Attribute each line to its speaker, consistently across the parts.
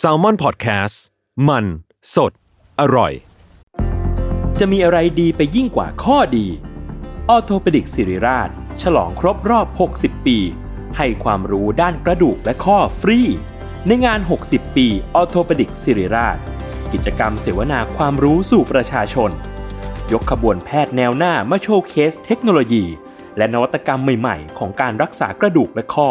Speaker 1: s a l ม o n PODCAST มันสดอร่อย
Speaker 2: จะมีอะไรดีไปยิ่งกว่าข้อดี ออโทปดิกสิริราช ฉลองครบรอบ 60 ปี ให้ความรู้ด้านกระดูกและข้อฟรี ในงาน 60 ปีออโทปดิกสิริราช กิจกรรมเสวนาความรู้สู่ประชาชน ยกขบวนแพทย์แนวหน้ามาโชว์เคสเทคโนโลยี และนวัตกรรมใหม่ ๆ ของการรักษากระดูกและข้อ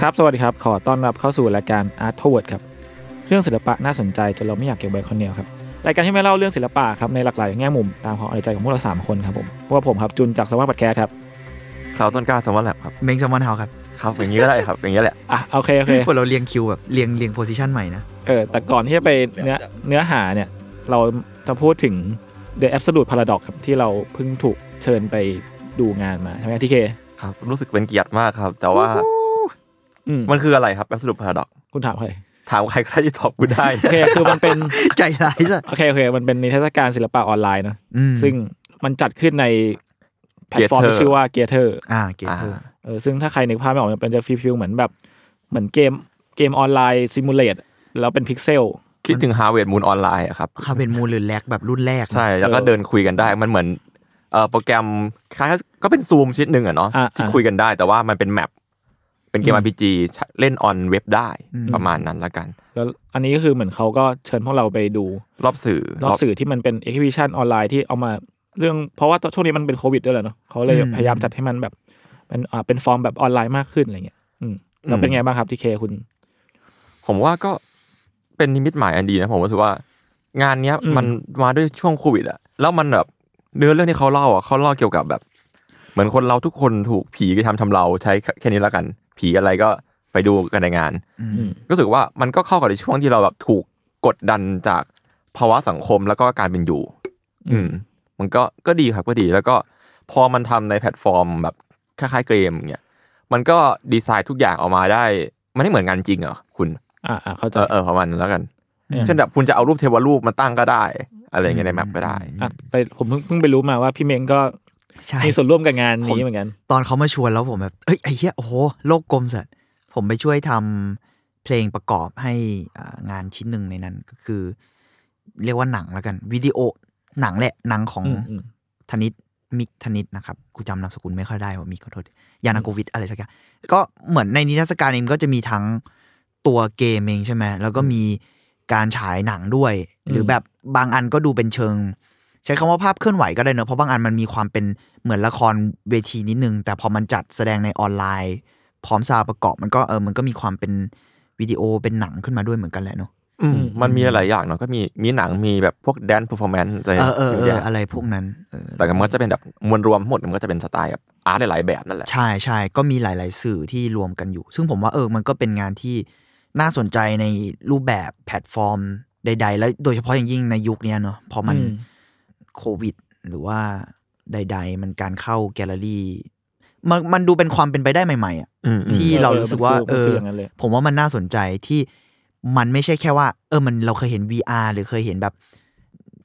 Speaker 3: ครับ สวัสดีครับ ขอต้อนรับเข้าสู่รายการ Art Toward ครับ เรื่องศิลปะน่าสนใจจนเราไม่อยากเก็บไว้คนเดียวครับ รายการที่ไม่เล่าเรื่องศิลปะครับในหลากหลายแง่มุมตามความเอาใจของพวกเรา 3 คนครับผมพวกผมครับจุนจากสวัสดิ์บัตแคร์ครับ
Speaker 4: เขาต้นกล้าสมวัตแลบครับ
Speaker 5: เมงแซลมอนเฮาครับ
Speaker 4: ครับ อย่างนี้ก็ได้ ครับ อย่างนี้แหละ
Speaker 3: อ่ะโอเคโอเค
Speaker 5: พวกเราเรียงคิวแบบเรียงเรียงโพซิชันใหม่นะ
Speaker 3: เออแต่ก่อนที่จะไปเนื้อเนื้อหาเนี่ย เราจะพูดถึง The Absolute Paradox ครับที่เราเพิ่งถูกเชิญไปดูงานมาใช่ไหมทีเค
Speaker 4: ครับ รู้สึกเป็นเกียรติมากครับ แต่ว่า
Speaker 3: อืม
Speaker 4: มันคืออะไรครับแอบสรุปพาราดอก
Speaker 3: คุณถามใคร
Speaker 4: ถามใครก็ได้ที่ตอบกูได้
Speaker 3: โอเคคือมันเป็น
Speaker 5: ใจร้ายซะ
Speaker 3: โอเคโอเค มันเป็นนิทรรศการศิลปะออนไลน์เนอะ
Speaker 5: อืม
Speaker 3: ซึ่งมันจัดขึ้นในแพลตฟอร์ม
Speaker 4: Gator
Speaker 3: ที่ชื่อว่าเกียร์เธอ
Speaker 5: อ่าเกต
Speaker 4: อ่า
Speaker 5: เตอร์
Speaker 3: เออซึ่งถ้าใครนึกภาพไม่ออกมันจะฟีลๆเหมือนแบบ เหมือนเกมเกมออนไลน์ซิมูเลตแล้วเป็นพิกเซล
Speaker 4: คิดถึงฮาเวิร์ดมูนออนไลน์อะครับ
Speaker 5: ฮาเป็นมูลหรือแลกแบบรุ่นแรกนะ
Speaker 4: ใช่ แล้วก็
Speaker 3: เออ
Speaker 4: เดินคุยกันได้ มันเหมือนเอ่อโปรแกรมคล้ายๆก็เป็นซูมชนิดหนึ่งอะเนาะ
Speaker 3: อ่ะ
Speaker 4: ที่
Speaker 3: อ่ะ
Speaker 4: คุยกันได้ แต่ว่ามันเป็นแมป เป็นเกม RPG ใช้เล่นออนเว็บได้ประมาณนั้นละกัน
Speaker 3: แล้วอันนี้ก็คือเหมือนเขาก็เชิญพวกเราไปดู
Speaker 4: รอบสื่อ
Speaker 3: รอบสื่อที่มันเป็นเอ็กซิบิชันออนไลน์ที่เอามาเรื่องเพราะว่าช่วงนี้มันเป็นโควิดด้วยแหละเนาะเขาเลยพยายามจัดให้มันแบบเป็นอ่าเป็นฟอร์มแบบออนไลน์มากขึ้นอะไรเงี้ยอืมแล้วเป็นไงบ้างครับทีเคคุณ
Speaker 4: ผมว่าก็เป็นนิมิตหมายอันดีนะผมรู้สึกว่างานเนี้ย
Speaker 3: อืม
Speaker 4: มันมาด้วยช่วงโควิดอะแล้วมันแบบเนื้อเรื่องที่เขาเล่าอะเขาเล่าเกี่ยวกับแบบ เหมือนคนเราทุกคนถูกผีกระทำชำเราใช้แค่นี้แล้วกัน ผีอะไรก็ไปดูกันในงานรู้สึกว่ามันก็เข้ากับในช่วงที่เราแบบถูกกดดันจากภาวะสังคมแล้วก็การเป็นอยู่ อืม มันก็ก็ดีครับก็ดีแล้วก็พอมันทำในแพลตฟอร์มแบบคล้ายๆเกมเนี่ยมันก็ดีไซน์ทุกอย่างออกมาได้มันไม่เหมือนงานจริงเหรอคุณ
Speaker 3: อ่าอ่าเข้าใจ
Speaker 4: เออเออประมาณนั้นแล้วกัน
Speaker 3: อืม
Speaker 4: เช่นแบบคุณจะเอารูปเทวรูปมาตั้งก็ได้ อะไรอย่างเงี้ยในแมปก็ได้
Speaker 3: อ่ะไปผมเพิ่งเพิ่งไปรู้มาว่าพี่เมงก็
Speaker 5: ใช่
Speaker 3: มีส่วนร่วมกับงานนี้เหมือนกัน
Speaker 5: ตอนเขามาชวนแล้วผมแบบ เอ้ยไอ้เหี้ยโอ้โหโลกกลมสัตว์ผมไปช่วยทำเพลงประกอบให้อ่างานชิ้นหนึ่งในนั้นก็คือ เรียกว่าหนังแล้วกันวิดีโอหนังแหละหนังของ
Speaker 3: อืมอืม
Speaker 5: ธนิตมิกธนิตนะครับกูจำนามสกุลไม่ค่อยได้ว่ามีขอโทษยานาโกวิทอะไรสักอย่างก็เหมือนในนิทรรศการเองก็จะมีทั้งตัวเกมเองใช่ไหมแล้วก็มีการฉายหนังด้วย หรือแบบบางอันก็ดูเป็นเชิง ใช้คำว่าภาพเคลื่อนไหวก็ได้เนอะเพราะบางอันมันมีความเป็นเหมือนละครเวทีนิดนึง แต่พอมันจัดแสดงในออนไลน์ พร้อมซาวด์ประกอบมันก็เออมันก็มีความเป็นวิดีโอเป็นหนังขึ้นมาด้วยเหมือนกันแหละเนอะ
Speaker 4: อืมมันมีหลายอย่างเนาะก็มีมีหนังมีแบบพวกแดนซ์เพอร์ฟอร์แมนซ์อะไร
Speaker 5: เออเออ
Speaker 4: เย
Speaker 5: เอ
Speaker 4: อะ
Speaker 5: อ
Speaker 4: แยะ
Speaker 5: อะไรพวกนั้นเออ
Speaker 4: แต่มันก็จะเป็นแบบมวลรวมทั้งหมดมันก็จะเป็นสไตล์แบบอาร์ตหลายๆแบบนั่นแหละ
Speaker 5: ใช่ใช่ก็มีหลาย ๆ สื่อที่รวมกันอยู่ ซึ่งผมว่าเออมันก็เป็นงานที่น่าสนใจในรูปแบบแพลตฟอร์มใด ๆ แล้วโดยเฉพาะอย่างยิ่งในยุคเนี้ยเนอะพอมัน
Speaker 3: อืม
Speaker 5: โควิด หรือว่าใด ๆ มันการเข้าแกลเลอรี่ มันมันดูเป็นความเป็นไปได้ใหม่ ๆอ่ะ
Speaker 4: อืมอืม
Speaker 5: ที่เรารู้สึกว่า
Speaker 3: เอ
Speaker 5: เอ
Speaker 3: อมัน
Speaker 5: อ
Speaker 3: คือมันคืออย่างนั้นเลย
Speaker 5: ผมว่ามันน่าสนใจที่มันไม่ใช่แค่ว่า เออมันเราเคยเห็น VR หรือเคยเห็นแบบ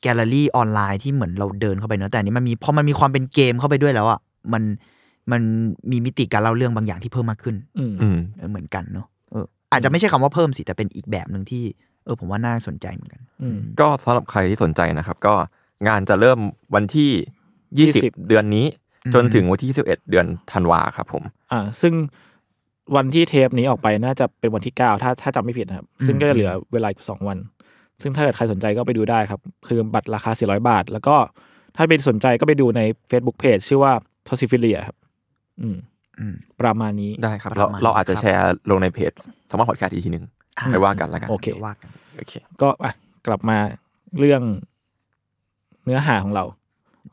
Speaker 5: แกลเลอรี่ออนไลน์ที่เหมือนเราเดินเข้าไปเนอะแต่อันนี้มันมีพอมันมีความเป็นเกมเข้าไปด้วยแล้วอ่ะมันมันมีมิติการเล่าเรื่องบางอย่างที่เพิ่มมากขึ้น
Speaker 3: อืม
Speaker 4: อืม
Speaker 5: เออเหมือนกันเนอะเอออาจจะไม่ใช่คำว่าเพิ่มสิแต่เป็นอีกแบบหนึ่งที่ เออผมว่าน่าสนใจเหมือนกัน
Speaker 3: อืม
Speaker 4: ก็สำหรับใครที่สนใจนะครับ ก็ งานจะเริ่มวันที่ 20
Speaker 3: 20
Speaker 4: เดือนนี้ จนถึงวันที่ 21 เดือนธันวาครับผม
Speaker 3: อ่าซึ่งวันที่เทปนี้ออกไปน่าจะเป็นวันที่เก้าถ้าถ้าจำไม่ผิดนะครับ ซึ่งก็จะเหลือเวลาอีกสองวัน ซึ่งถ้าเกิดใครสนใจก็ไปดูได้ครับ คือบัตรราคา 400 บาท แล้วก็ถ้าเป็นสนใจก็ไปดูใน Facebook Page ชื่อว่า t o s i f i l i a ครับ อืม
Speaker 5: อืม
Speaker 3: ประมาณนี้
Speaker 4: ได้ครับ
Speaker 5: ป
Speaker 4: เรา
Speaker 5: ระมาณ
Speaker 4: เราอาจจะ
Speaker 5: ครับ
Speaker 4: แชร์ลงในเพจสมอลพอดแคสต์อีกทีหนึ่ง
Speaker 5: อ่า
Speaker 4: ไปว่ากันแล้วกัน
Speaker 3: โอเค
Speaker 5: ดี๋ยวว่ากัน
Speaker 4: โอเค
Speaker 3: ก็อ่ะกลับมาเรื่องเนื้อหาของเรา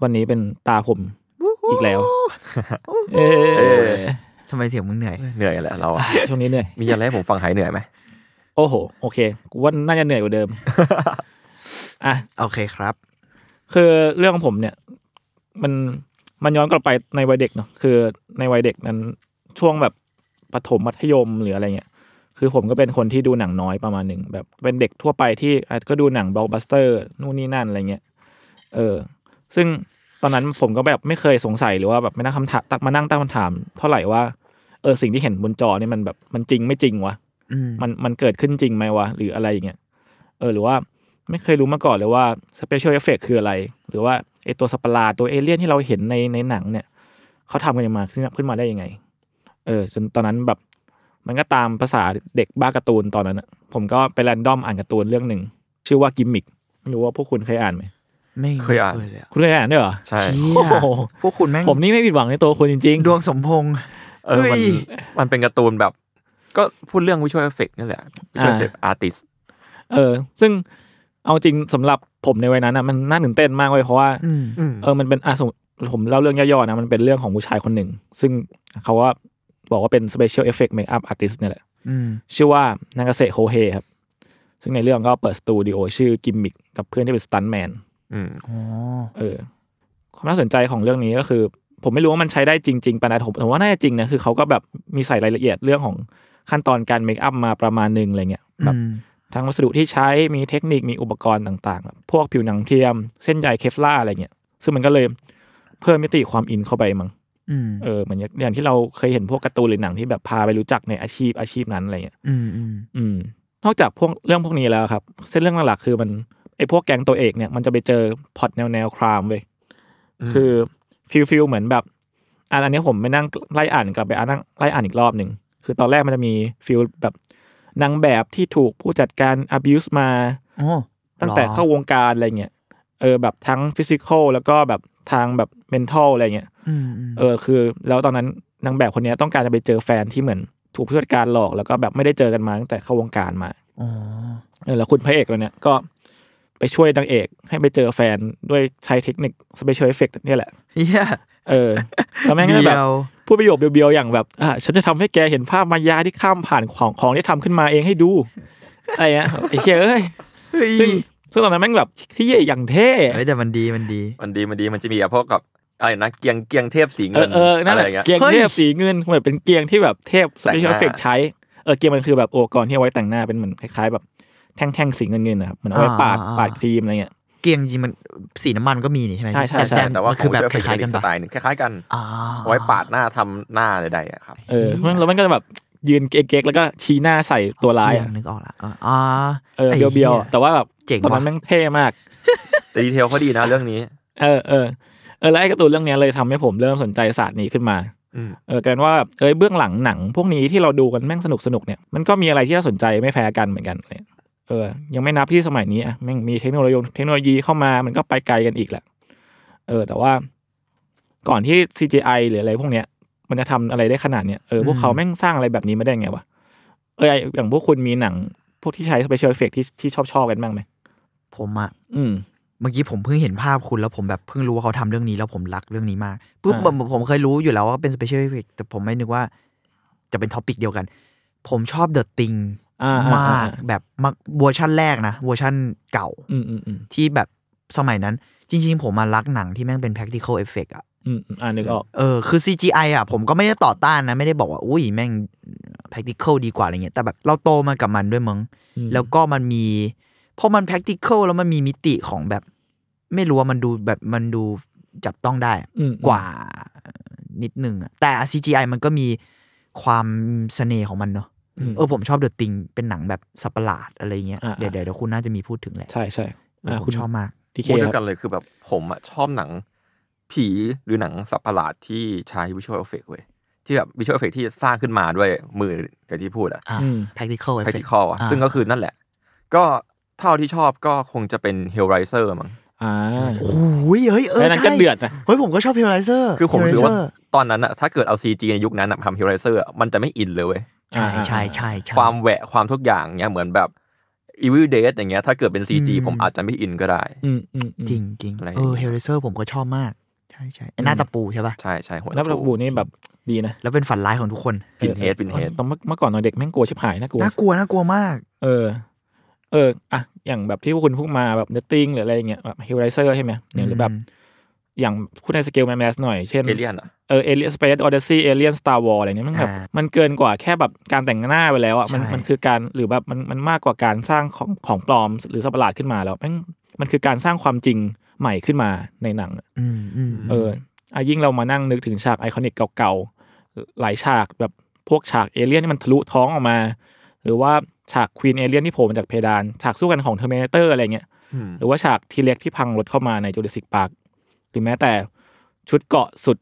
Speaker 3: วันนี้เป็นตาผมอีกแล้ว เออ
Speaker 5: ทำไมเสียงมึงเหนื่อย
Speaker 4: เหนื่อยแหละเราอะ
Speaker 3: ช่วงนี้เหนื่อย
Speaker 4: มีอะไรให้ผมฟังหายเหนื่อยไหม
Speaker 3: โอ้โห โอเคกูว่าน่าจะเหนื่อยกว่าเดิ ม อ่ะ
Speaker 5: โอเคครับ
Speaker 3: คือเรื่องของผมเนี่ย มันมันย้อนกลับไปในวัยเด็กเนาะคือในวัยเด็กนั้นช่วงแบบประถมมัธยมหรืออะไรเงี้ยคือผมก็เป็นคนที่ดูหนังน้อยประมาณหนึ่งแบบเป็นเด็กทั่วไปที่อ่ะก็ดูหนังบล็อกบัสเตอร์นู่นนี่นั่นอะไรเงี้ยเออ ซึ่งตอนนั้นผมก็แบบไม่เคยสงสัยหรือว่าแบบไม่นั่งคำถามมานั่งตั้งคำถาม เท่าไหร่ว่าเออสิ่งที่เห็นบนจอเนี่ยมันแบบมันจริงไม่จริงวะ
Speaker 5: อืม
Speaker 3: มันมันเกิดขึ้นจริงไหมวะ หรืออะไรอย่างเงี้ยเออหรือว่าไม่เคยรู้มาก่อนเลยว่าสเปเชียลเอฟเฟกคืออะไร หรือว่าไอตัวสัตว์ประหลาดตัวเอเลี่ยนที่เราเห็นในในหนังเนี่ยเขาทำกันยังมาขึ้นขึ้นมาได้ยังไง เออจนตอนนั้นแบบมันก็ตามภาษาเด็กบ้าการ์ตูนตอนนั้นอะผมก็ไปแรนดอมอ่านการ์ตูนเรื่องหนึ่งชื่อว่ากิมมิกไม่รู้ว่าพวกคุณเคยอ่านไหม
Speaker 5: ไม่
Speaker 4: เคยอ่าน
Speaker 5: เลยอะ
Speaker 3: คุณเคยอ่านด้วยเหรอ
Speaker 4: ใช่
Speaker 5: เชี่ย
Speaker 3: โอ้โห
Speaker 5: พวกคุณแม่ง
Speaker 3: ผมนี่ไม่ผิดหวังในตัวคุณจริงๆ
Speaker 5: ดวงสมพงษ์
Speaker 4: เออ มัน
Speaker 5: เฮ้ย
Speaker 4: มันเป็นการ์ตูนแบบ ก็พูดเรื่องวิชวลเอฟเฟกนั่นแหละวิชวลเอฟเฟกอาร์ติส
Speaker 3: เออ ซึ่งเอาจริงสำหรับผมในวัยนั้นอะมันน่าตื่นเต้นมากเลยเพราะว่า
Speaker 5: อืม
Speaker 3: เออ มันเป็นอ่ะสมมติผมเล่าเรื่องย่อๆนะ มันเป็นเรื่องของผู้ชายคนหนึ่ง ซึ่งเขาว่าบอกว่าเป็น special effect makeup artist เนี่ยแหละ
Speaker 5: อืม
Speaker 3: ชื่อว่านางเกษตรโคเฮครับ ซึ่งในเรื่องก็เปิดสตูดิโอชื่อกิมมิกกับเพื่อนที่เป็นสตันแมน
Speaker 4: อืม
Speaker 5: อ๋อ
Speaker 3: เออ ความน่าสนใจของเรื่องนี้ก็คือ ผมไม่รู้ว่ามันใช้ได้จริงๆปะนะผมผมว่าน่าจะจริงนะ คือเขาก็แบบมีใส่รายละเอียดเรื่องของขั้นตอนการเมคอัพมาประมาณหนึงอะไรเงี้ยแบบ
Speaker 5: อืม
Speaker 3: ทั้งวัสดุที่ใช้มีเทคนิคมีอุปกรณ์ต่างๆ พวกผิวหนังเทียม เส้นใยเคฟลาร์อะไรเงี้ย ซึ่งมันก็เลยเพิ่มมิติความอินเข้าไปมั้ง
Speaker 5: อืม
Speaker 3: เออเหมือนอย่างที่เราเคยเห็นพวกการ์ตูนหรือหนังที่แบบพาไปรู้จักในอาชีพอาชีพนั้นอะไรเงี้ย
Speaker 5: อืมอืม
Speaker 3: อืม นอกจากพวกเรื่องพวกนี้แล้วครับ เส้นเรื่องหลักๆคือมันไอ้พวกแก๊งตัวเอกเนี่ยมันจะไปเจอพล็อตแนวแนวครามเว้ย คือฟิลฟิลเหมือนแบบอันอันนี้ผมไปนั่งไล่อ่านกลับไปอ่านนั่งไล่อ่านอีกรอบหนึ่งคือตอนแรกมันจะมีฟิลแบบนางแบบที่ถูกผู้จัดการ abuse มา
Speaker 5: โอ้
Speaker 3: ตั้งแต่เข้าวงการอะไรเงี้ย เออแบบทั้งฟิสิกอลแล้วก็แบบทางแบบเมนทัลอะไรเงี้ย
Speaker 5: อืมอืม
Speaker 3: เออคือแล้วตอนนั้นนางแบบคนเนี้ยต้องการจะไปเจอแฟนที่เหมือนถูกผู้จัดการหลอกแล้วก็แบบไม่ได้เจอกันมาตั้งแต่เข้าวงการมา
Speaker 5: อ๋อ
Speaker 3: เออแล้วคุณพระเอกเราเนี่ยก็ไปช่วยนางเอกให้ไปเจอแฟนด้วยใช้เทคนิคสเปเชียลเอฟเฟกต์เนี่ยแหละ
Speaker 5: เฮีย
Speaker 3: เออแล้วแม่งก็แบ
Speaker 5: เดี
Speaker 3: บ
Speaker 5: ยว
Speaker 3: พูดประโยคเบียวๆอย่างแบบอ่าฉันจะทำให้แกเห็นภาพมายาที่ข้ามผ่านของของที่ทำขึ้นมาเองให้ดูอะไรเงี้ยไอ้เหี้ยเอ้ย
Speaker 5: เฮ้ย
Speaker 3: ซึ่งซึ่งตอนนั้นแม่งแบบเฮี้ยอย่างเท่
Speaker 5: เฮ้ยแต่มันดีมันดี
Speaker 4: มันดีมันดีมันจะมีกับพวกกับอะไรนะเกียงเกียงเทพสี
Speaker 3: เอ
Speaker 4: เงิ
Speaker 3: อเออนั่น
Speaker 4: อะไร
Speaker 3: แหละ
Speaker 4: อย่างเงี้ย
Speaker 3: เกียง
Speaker 5: เฮ้ย
Speaker 3: เทพสีเงินเหมือนเป็นเกียงที่แบบเทพส
Speaker 4: แต่
Speaker 3: เป
Speaker 4: งห
Speaker 3: เชียลเอฟ
Speaker 4: น้า
Speaker 3: เฟกใช้เออเกียงมันคือแบบอุปกรณ์ที่เอาไว้แต่งหน้าเป็นเหมือนคล้ายๆแบบแท่งๆสีเงินเงินๆนะครับเหมือนเอาไว้ปาดปาดครีมอะไรเงี้ย
Speaker 5: เกียงจริงมันสีน้ำมันก็มีนี่ใช่ไหม
Speaker 3: ใช่ใช่
Speaker 5: แต่
Speaker 4: ใช่แต่ว่า
Speaker 5: มันคือแบบคล้ายๆกัน
Speaker 4: ส
Speaker 5: ปะ
Speaker 4: ไตล์หนึงคล้ายๆกัน
Speaker 5: อ๋อ
Speaker 4: เอาไว้ปาดหน้าทำหน้าใดๆอะครับ
Speaker 3: เออแล้วมันก็จะแบบยืนเก๊กๆแล้วก็ชี้หน้าใส่ตัวร้าย
Speaker 5: เจีย
Speaker 3: อะ
Speaker 5: งนึกออกละอ่ะอ่า
Speaker 3: เออ
Speaker 5: ไ
Speaker 3: เบียว
Speaker 5: หี้
Speaker 3: ๆแต่ว่าแบบ
Speaker 5: เจ๋ง
Speaker 3: ต
Speaker 5: ว่ะ
Speaker 3: อนนั้นแม่งเท่มาก
Speaker 4: แต่ดีเทลเขาดีนะเรื่องนี้
Speaker 3: เออเออเออแล้วไอ้การ์ตูนเรื่องเนี้ยเลยทำให้ผมเริ่มสนใจศาสตร์นี้ขึ้นมา
Speaker 4: อืม
Speaker 3: เออกลายเป็นว่าแบบเอ้ยเบื้องหลังหนัง พวกนี้ที่เราดูกันแม่งสนุกสนุกเนี่ยมันก็มีอะไรที่น่าสนใจไม่แพ้กันเหมือนกันเลยเออ ยังไม่นับที่สมัยนี้อ่ะแม่งมีเทคโนโลยีเทคโนโลยีเข้ามามันก็ไปไกลกันอีกแหละเออ แต่ว่า ก่อนที่ CGI หรืออะไรพวกเนี้ย มันจะทำอะไรได้ขนาดเนี้ยเออพวกเขาแม่งสร้างอะไรแบบนี้มาได้ไงวะเออไอ้อย่างพวกคุณมีหนัง พวกที่ใช้ special effect ที่ที่ชอบชอบๆกันบ้างไหม
Speaker 5: ผมอะ
Speaker 3: อืม
Speaker 5: เมื่อกี้ผมเพิ่งเห็นภาพคุณแล้วผมแบบเพิ่งรู้ว่าเขาทำเรื่องนี้แล้วผมรักเรื่องนี้มากปุ๊บ
Speaker 3: อ่า
Speaker 5: ผมผมเคยรู้อยู่แล้วว่าเป็นสเปเชียลเอฟเฟกแต่ผมไม่นึกว่าจะเป็นท็อปิกเดียวกัน ผมชอบเดอะติง
Speaker 3: อ่าอ่
Speaker 5: มา
Speaker 3: อ่
Speaker 5: กแบบมากเวอร์ชั่นแรกนะเวอร์ชั่นเก่า
Speaker 3: อืมอืมอืม
Speaker 5: ที่แบบสมัยนั้น จริง ๆ ผมมารักหนังที่แม่งเป็น practical effect อะ
Speaker 3: อืมอืมอ่านึกออก
Speaker 5: เออคือ CGI อ่ะผมก็ไม่ได้ต่อต้านนะ ไม่ได้บอกว่า อุ้ยแม่ง practical ดีกว่าอะไรเงี้ยแต่แบบเราโตมากับมันด้วยมั้ง
Speaker 3: อืม
Speaker 5: แล้วก็มันมีพอมัน practical แล้วมันมีมิติของแบบ ไม่รู้ว่ามันดูแบบมันดูจับต้องได้
Speaker 3: อืม
Speaker 5: กว่านิดนึงอะแต่ CGI มันก็มีความเสน่ห์ของมันเนอะ
Speaker 3: อืม
Speaker 5: เออผมชอบเดอะติงเป็นหนังแบบสัตว์ประหลาดอะไรเงี้ย
Speaker 3: อ่าๆ
Speaker 5: เดี๋ยวเดี๋ยวเดี๋ยวคุณน่าจะมีพูดถึงแหละ
Speaker 3: ใช่ใช่
Speaker 5: เออ
Speaker 3: อ่า
Speaker 5: ผ
Speaker 3: คุ
Speaker 5: ม
Speaker 3: ณ
Speaker 5: ชอบมาก
Speaker 3: ที่เค
Speaker 4: พูดเดียว
Speaker 3: ครั
Speaker 4: กั
Speaker 3: บ
Speaker 4: นเลยคือแบบผมอะชอบหนังผีหรือหนังสัตว์ประหลาดที่ใช้วิชวลเอฟเฟกเว้ยที่แบบวิชวลเอฟเฟกที่สร้างขึ้นมาด้วยมืออย่างที่พูดอะ
Speaker 5: อ่า
Speaker 3: อืม
Speaker 5: practical effect
Speaker 4: practical อะ
Speaker 5: า
Speaker 4: ซึ่งก็คือนั่นแหละ ก็เท่าที่ชอบก็คงจะเป็น Hellraiser มั้ง
Speaker 3: อ่า
Speaker 5: โอ้ยเฮ้ยเออ
Speaker 3: แล้วนั้
Speaker 5: ใช่
Speaker 3: นก็เดือดนะ
Speaker 5: เฮ้ยผมก็ชอบ Hellraiser
Speaker 4: คือผมรู้สึกว่า
Speaker 5: Hellraiser
Speaker 4: ตอนนั้นอะถ้าเกิดเอา CG ในยุคนั้นอะทำ Hellraiser อะมันจะไม่อินเลยเว้ย
Speaker 5: ใช่ใช่ใช่ใช่
Speaker 4: ความแหวะความทุกอย่างเนี้ยเหมือนแบบ Evil Dead อย่างเงี้ยถ้าเกิดเป็น CG
Speaker 5: อืม
Speaker 4: ผมอาจจะไม่อินก็ได้
Speaker 3: อืมอืมอืม
Speaker 5: จริงจริง
Speaker 4: อะไรอย่าง
Speaker 5: เอ
Speaker 4: เงี้
Speaker 5: อย เฮลเลเซอร์ผมก็ชอบมาก ใช่ใช่ไอ้หน้าตะปูใช่ป่ะ
Speaker 4: ใช่ใช่หัว
Speaker 3: แล้วระบุนี่แบบดีนะ
Speaker 5: แล้วเป็นฝันร้ายของทุกคน
Speaker 4: พินเฮดพินเฮด
Speaker 3: ตอนเมื่อเมื่อก่อนตอนเด็กแม่งกลัวชิบหายน่ากลัว
Speaker 5: น่ากลัวน่ากลัวมาก
Speaker 3: เออ เออ อ่ะ อย่างแบบที่พวกคุณพูดมาแบบเนตติ้งหรืออะไรอย่างเงี้ยแบบฮิลไรเซอร์ใช่ไหมเนี่ยหรือแบบ อย่างพูดในสเกลแมสหน่อย เช่น
Speaker 4: เอเลียนอะ
Speaker 3: เออเอเลียนสเปซออเดซี่เอเลียนสตาร์วอลอะไรเนี่ยมันแบบ
Speaker 5: อ่ามั
Speaker 3: มันเกินกว่าแค่แบบการแต่งหน้าไปแล้วอ่ะมัน
Speaker 5: ใช่
Speaker 3: มันคือการหรือแบบมันมันมากกว่าการสร้างของของปลอม หรือสัตว์ประหลาดขึ้นมาแล้วแมันมันคือการสร้างความจริงใหม่ขึ้นมาในหนัง
Speaker 5: อืมอืม
Speaker 3: เอออะยิ่งเรามานั่งนึกถึงฉากไอคอนิกเก่าๆ หลายฉากแบบพวกฉากเอเลี่ยนที่มันทะลุท้องออกมา หรือว่าฉากควีนเอเลี่ยนที่โผล่มาจากเพดาน ฉากสู้กันของเทอร์ n a เตอร์อะไรเงี้ย
Speaker 4: อืม
Speaker 3: หรือว่าฉากทีเล็กที่พังรถเข้ามาในจูเลสิกปาร์คหรือแม้แต่ชุดเกราะสุด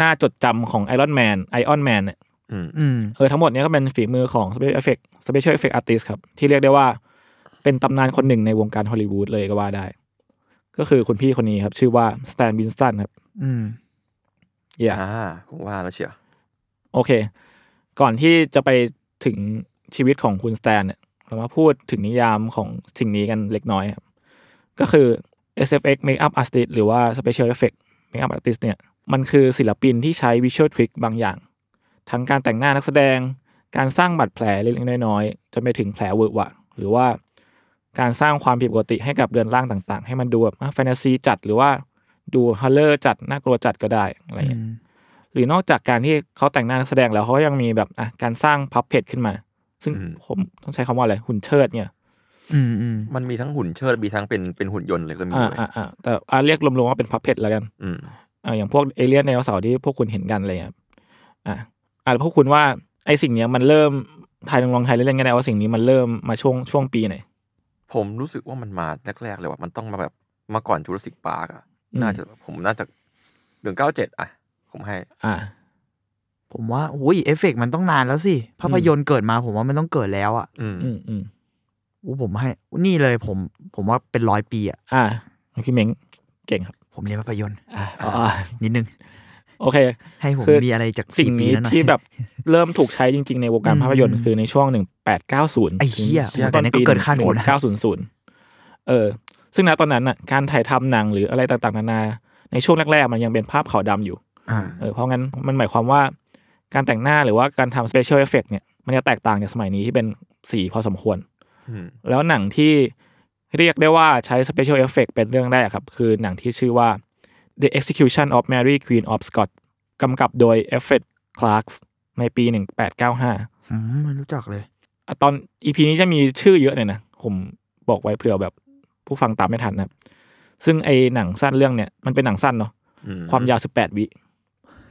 Speaker 3: น่าจดจำของไอรอนแมนไอออนแมนเนี่ย
Speaker 4: อืม
Speaker 5: อืม
Speaker 3: เออทั้งหมดเนี้ก็เป็นฝีมือของ Special Effect Special Effect Artist ครับ ที่เรียกได้ว่าเป็นตำนานคนหนึ่งในวงการฮอลลีวูดเลยก็ว่าได้ ก็คือคุณพี่คนนี้ครับ ชื่อว่าสแตนบินสตันครับ
Speaker 5: อืม
Speaker 3: อย่า
Speaker 4: อ่าผมว่าแล้วเชียว
Speaker 3: โอเค ก่อนที่จะไปถึงชีวิตของคุณสแตนเนี่ย เรามาพูดถึงนิยามของสิ่งนี้กันเล็กน้อยครับ ก็คือ SFX Makeup Artist หรือว่า Special Effect Makeup Artist เนี่ย มันคือศิลปินที่ใช้ Visual Trick บางอย่าง ทั้งการแต่งหน้านักแสดง การสร้างบาดแผลเล็กๆน้อยๆ จนไปถึงแผลเวอะหวะ หรือว่าการสร้างความผิดปกติให้กับเรือนร่างต่างๆ ให้มันดูแบบแฟนตาซีจัดหรือว่าดูฮัลเลอร์จัดน่ากลัวจัดก็ได้อะไรอย่างเงี้ย หรือนอกจากการที่เขาแต่งหน้านักแสดงแล้วเขาก็ยังมีแบบอ่ะการสร้างพับเพจขึ้นมา ซึ่ง
Speaker 4: อืม
Speaker 3: ผมต้องใช้คำว่าอะไรหุ่นเชิดเนี่ย
Speaker 5: อืมอืม
Speaker 4: มันมีทั้งหุ่นเชิดมีทั้งเป็นเป็นหุ่นยนต์เลยก็มี
Speaker 3: อ่า
Speaker 4: เลย
Speaker 3: อ่าอ่าแต่อ่ะเรียกรวมๆว่าเป็นพับเพจแล้วกัน
Speaker 4: อืม
Speaker 3: อ่าอย่างพวกเอเลี่ยนไดโนเสาร์ที่พวกคุณเห็นกันอะไรเงี้ยอ่าอ่าแล้วพวกคุณว่าไอ้สิ่งเนี้ยมันเริ่มทายลองลองทายเล่นๆกันได้ว่าสิ่งนี้มันเริ่มมาช่วงช่วงปีไหน
Speaker 4: ผมรู้สึกว่ามันมาแรกๆเลยว่ามันต้องมาแบบมาก่อนจูราสสิกปาร์กอะ
Speaker 3: อืม
Speaker 4: น่าจะผมน่าจะหนึ่งเก้าเจ็ดอะผมให้
Speaker 3: อ่า
Speaker 5: ผมว่าโอ้ยเอฟเฟกต์มันต้องนานแล้วสิภาพยนตร์เกิดมาผมว่ามันต้องเกิดแล้วอ่ะ
Speaker 4: อืม
Speaker 3: อืมอืม
Speaker 5: อู้ผมให้ นี่เลยผม ผมว่าเป็นร้อยปีอ่ะ
Speaker 3: อ่าพี่เม้งเก่งครับ
Speaker 5: ผมเรียนภาพยนตร์
Speaker 3: อ่าอ่า
Speaker 5: นิดนึง
Speaker 3: โอเค
Speaker 5: ให้ผม
Speaker 3: คือ
Speaker 5: มีอะไรจาก
Speaker 3: สิ่ง
Speaker 5: สี่ปี
Speaker 3: นี้
Speaker 5: นั้นหน่อย
Speaker 3: ที่แบบ เริ่มถูกใช้จริง ๆ ในวงการ
Speaker 5: อืม
Speaker 3: ภาพยนตร์คือในช่วง 1890
Speaker 5: ไอ้เหี้ย
Speaker 3: ถึง
Speaker 5: แต่นั้นก็เกินคาดผมนะ
Speaker 3: 900 เออ ซึ่งณตอนนั้นน่ะการถ่ายทำหนังหรืออะไรต่างๆนานาในช่วงแรก ๆ มันยังเป็นภาพขาวดำอยู่
Speaker 5: อ่า
Speaker 3: เออเพราะงั้นมันหมายความว่าการแต่งหน้าหรือว่าการทำ special effect เนี่ยมันจะแตกต่างจากสมัยนี้ที่เป็นสีพอสมควร
Speaker 4: อืม
Speaker 3: แล้วหนังที่เรียกได้ว่าใช้ special effect เป็นเรื่องแรกครับ คือหนังที่ชื่อว่า The Execution of Mary Queen of Scots กำกับโดย Alfred Clark ในปี 1895
Speaker 5: อืมไม่รู้จักเลย
Speaker 3: อ่ะตอน EP นี้จะมีชื่อเยอะเลยนะ ผมบอกไว้เผื่อแบบผู้ฟังตามไม่ทันนะครับ ซึ่งไอหนังสั้นเรื่องเนี่ยมันเป็นหนังสั้นเนาะ
Speaker 4: อื
Speaker 3: ความยาว 18 วิ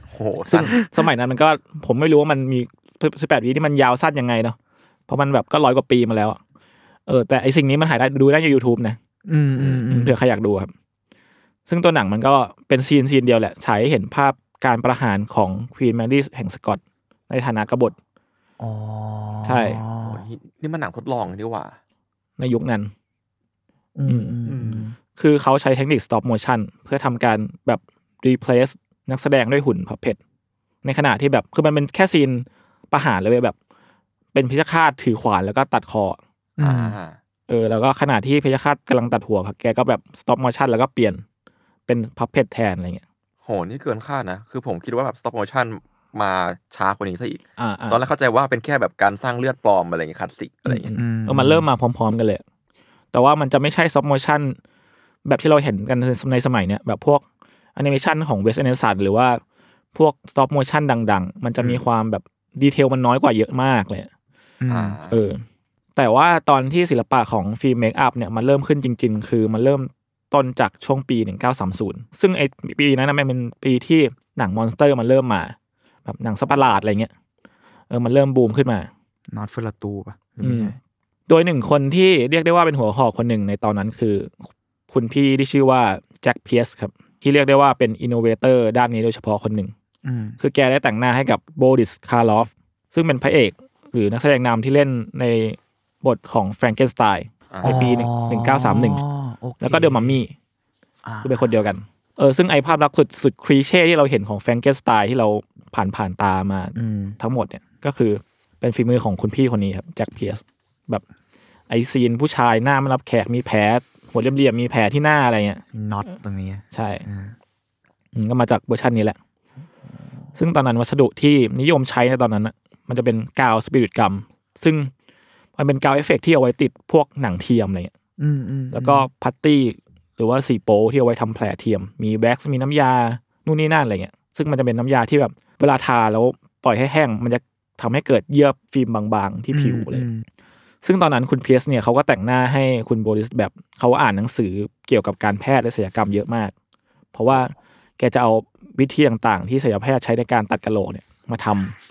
Speaker 4: โอ้โห
Speaker 3: ซึ่
Speaker 4: สั้
Speaker 3: ง
Speaker 4: น
Speaker 3: สมัยนั้นมันก็ผมไม่รู้ว่ามันมี 18 วิที่มันยาวสั้นยังไงเนาะเพราะมันแบบก็ร้อยกว่าปีมาแล้วอะเออแต่ไอสิ่งนี้มันหายได้ดูได้ใน YouTube นะ
Speaker 5: อืมอืมอืม
Speaker 3: เผื่อใครอยากดูครับ ซึ่งตัวหนังมันก็เป็นซีนซีนเดียวแหละ ฉายให้เห็นภาพการประหารของควีนแมรี่แห่งสกอต ในฐานะกบฏ
Speaker 5: อ๋อ
Speaker 3: ใช่
Speaker 4: โอ้โหนี่นี่มันหนังทดลองนี่หว่า
Speaker 3: ในยุคนั้น
Speaker 5: อืมอืมอืม
Speaker 3: คือเขาใช้เทคนิค stop motion เพื่อทำการแบบ replace นักแสดงด้วยหุ่นพับเพดในขณะที่แบบ คือมันเป็นแค่ซีนประหารเลยเว้ยแบบ เป็นพิชฆาตถือขวานแล้วก็ตัดคอ
Speaker 5: อื
Speaker 4: อ่าม
Speaker 3: เออแล้วก็ขณะที่พยาคาตกำลังตัดหัวครับแกก็แบบ stop motion แล้วก็เปลี่ยนเป็นพับเพดแทนอะไรเงี้ย
Speaker 4: โหนี่เกินคาดนะ คือผมคิดว่าแบบ stop motion มาช้ากว่านี้ซะอีก
Speaker 3: อ่าๆ
Speaker 4: ตอนแรกเข้าใจว่าเป็นแค่แบบการสร้างเลือดปลอมอะไรอย่างเงี้ยคลาสสิกอะไรอย่างเงี้ย
Speaker 5: อืม
Speaker 3: เออมันเริ่มมาพร้อม ๆ กันเลย แต่ว่ามันจะไม่ใช่ซอฟต์ o มชั่นแบบที่เราเห็นกันในสมัยเนี้ยแบบพวกแอนิเมชันของเวสแอนเดอร์สันหรือว่าพวกซอฟต์ o มชั่นดัง ๆ มันจะมีความแบบดีเทลมันน้อยกว่าเยอะมากเลย
Speaker 4: อ่า
Speaker 3: เออ แต่ว่าตอนที่ศิลปะของฟิล์มเมคอัพเนี่ยมันเริ่มขึ้นจริง ๆ คือมันเริ่มต้นจากช่วงปี 1930 ซึ่งไอปีนั้นนะมันเป็นปีที่หนังมอนสเตอร์มันเริ่มมา แบบหนังสัตว์ประหลาดอะไรเงี้ยเออมันเริ่มบูมขึ้นมา
Speaker 5: นอตเฟลตูป่ะหรือ
Speaker 3: อื
Speaker 5: ไม่
Speaker 3: ม
Speaker 5: ใช่
Speaker 3: โดยหนึ่งคนที่เรียกได้ว่าเป็นหัวหอกคนหนึ่งในตอนนั้นคือ คุณพี่ที่ชื่อว่าแจ็คเพียสครับ ที่เรียกได้ว่าเป็นอินโนเวเตอร์ด้านนี้โดยเฉพาะคนหนึ่ง
Speaker 5: อืม
Speaker 3: คือแกได้แต่งหน้าให้กับโบริสคาร์ลอฟซึ่งเป็นพระเอกหรือนักแสดงนำที่เล่นในบทของแฟรงเกนสไตน์ในปี
Speaker 5: อ๋อ
Speaker 3: หนึ่งเก้าสามหนึ่ง
Speaker 5: โอค
Speaker 3: แล้วก็เดอะมัมมี่
Speaker 5: อ่า
Speaker 3: คือเป็นคนเดียวกัน เออซึ่งไอภาพลักษณ์สุดสุดครีเช่ที่เราเห็นของแฟรงเกนสไตน์ที่เราผ่านผ่านตามา
Speaker 5: อืม
Speaker 3: ทั้งหมดเนี่ยก็คือเป็นฝีมือของคุณพี่คนนี้ครับแจ็คเพียสแบบไอซีนผู้ชายหน้าไม่รับแขกมีแผลหัวเรียบๆมีแผลที่หน้าอะไรเงี้ย
Speaker 5: น็อตตรงนี้
Speaker 3: ใช่
Speaker 5: อืม
Speaker 3: อืมก็มาจากเวอร์ชันนี้แหละ ซึ่งตอนนั้นวัสดุที่นิยมใช้ในตอนนั้นน่ะ มันจะเป็นกาวสปิริตกัม ซึ่งมันเป็นกาวเอฟเฟกต์ที่เอาไว้ติดพวกหนังเทียมอะไรเงี้ย
Speaker 5: อืมอืม
Speaker 3: แล้วก็พัตตี้หรือว่าสีโปที่เอาไว้ทำแผลเทียม มีแว็กซ์มีน้ำยา นู่นนี่นั่นอะไรเงี้ย ซึ่งมันจะเป็นน้ำยาที่แบบเวลาทาแล้วปล่อยให้แห้ง มันจะทำให้เกิดเยื่อฟิล์มบางๆ ที่ผิวเลย
Speaker 5: อืม
Speaker 3: ซึ่งตอนนั้นคุณเพียสเนี่ยเขาก็แต่งหน้าให้คุณโบริสแบบเขาอ่านหนังสือเกี่ยวกับการแพทย์และศัลยกรรมเยอะมาก เพราะว่าแกจะเอาวิธีต่างๆ ที่ศัลยแพทย์ใช้ในการตัดกะโหลกเนี่ยมาท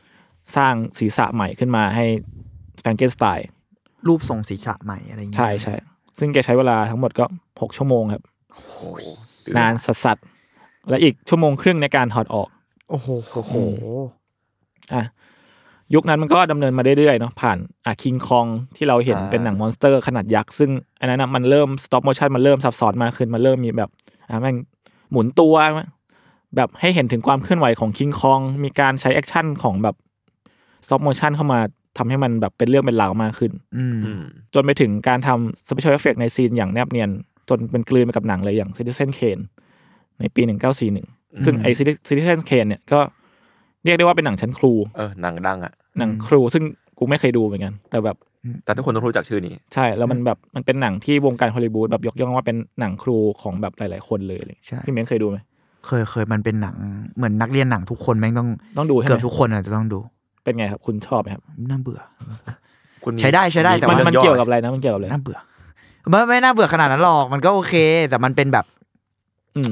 Speaker 3: ำสร้างศีรษะใหม่ขึ้นมาให้แฟรงเกนสไตน์
Speaker 5: รูปทรงศีรษะใหม่อะไรอย่างเงี้ย
Speaker 3: ใช่ใช่ซึ่งแกใช้เวลาทั้งหมดก็ 6 ชั่วโมงครับ นานสัสสัสๆและอีกชั่วโมงครึ่งในการถอดออก
Speaker 5: โอ้โหโอ้โห
Speaker 3: อ่ะยุคนั้นมันก็ดำเนินมาเรื่อยๆเนาะผ่านอ่ะคิงคองที่เราเห็น
Speaker 4: อ่า
Speaker 3: เป็นหนังมอนสเตอร์ขนาดยักษ์ ซึ่งอันนั้นนะมันเริ่มสต็อปโมชั่นมันเริ่มซับซ้อนมากขึ้น มันเริ่มมีแบบอ่ะแม่งหมุนตัว แบบให้เห็นถึงความเคลื่อนไหวของคิงคองมีการใช้แอคชั่นของแบบสต็อปโมชั่นเข้ามาทำให้มันแบบเป็นเรื่องเป็นราวมากขึ้น
Speaker 5: อืม
Speaker 4: อืม
Speaker 3: จนไปถึงการทำสเปเชียลเอฟเฟกในซีนอย่างแนบเนียน จนเป็นกลืนไปกับหนังเลยอย่าง Citizen Kane ในปี 1941 ซึ่งไอ้ Citizen Kane เนี่ยก็เรียกได้ว่าเป็นหนังชั้นครู
Speaker 4: เออหนังดังอ่ะ
Speaker 3: หนังครูซึ่งกูไม่เคยดูเหมือนกัน แต่แบบ
Speaker 4: แต่ทุกคนต้องรู้จักชื่อนี้
Speaker 3: ใช่แล้วมันแบบมันเป็นหนังที่วงการฮอลลีวูดแบบยกย่องว่าเป็นหนังครูของแบบหลาย ๆ คนเลยเลย
Speaker 5: ใช่
Speaker 3: พี่เม้งเคยดูไหม
Speaker 5: เคยเคยมันเป็นหนังเหมือนนักเรียนหนังทุกคนแม่งต้อง
Speaker 3: ต้องดูใช่
Speaker 5: เกือบ
Speaker 3: ไหม
Speaker 5: ทุกคนอาจจะต้องดู
Speaker 3: เป็นไงครับคุณชอบไหมครับ
Speaker 5: น่าเบื่อ
Speaker 4: คุณมี
Speaker 5: ใช้ได้ใช้ได้แต่ว่า
Speaker 3: มัน
Speaker 4: รื่อง
Speaker 3: มัน
Speaker 4: ย่อ
Speaker 3: เกี่ยวกับอะไรนะมันเกี่ยวกับอะไร
Speaker 5: น่าเบื่อไม่ไม่น่าเบื่อขนาดนั้นหรอกมันก็โอเค แต่มันเป็นแบบ
Speaker 3: อืม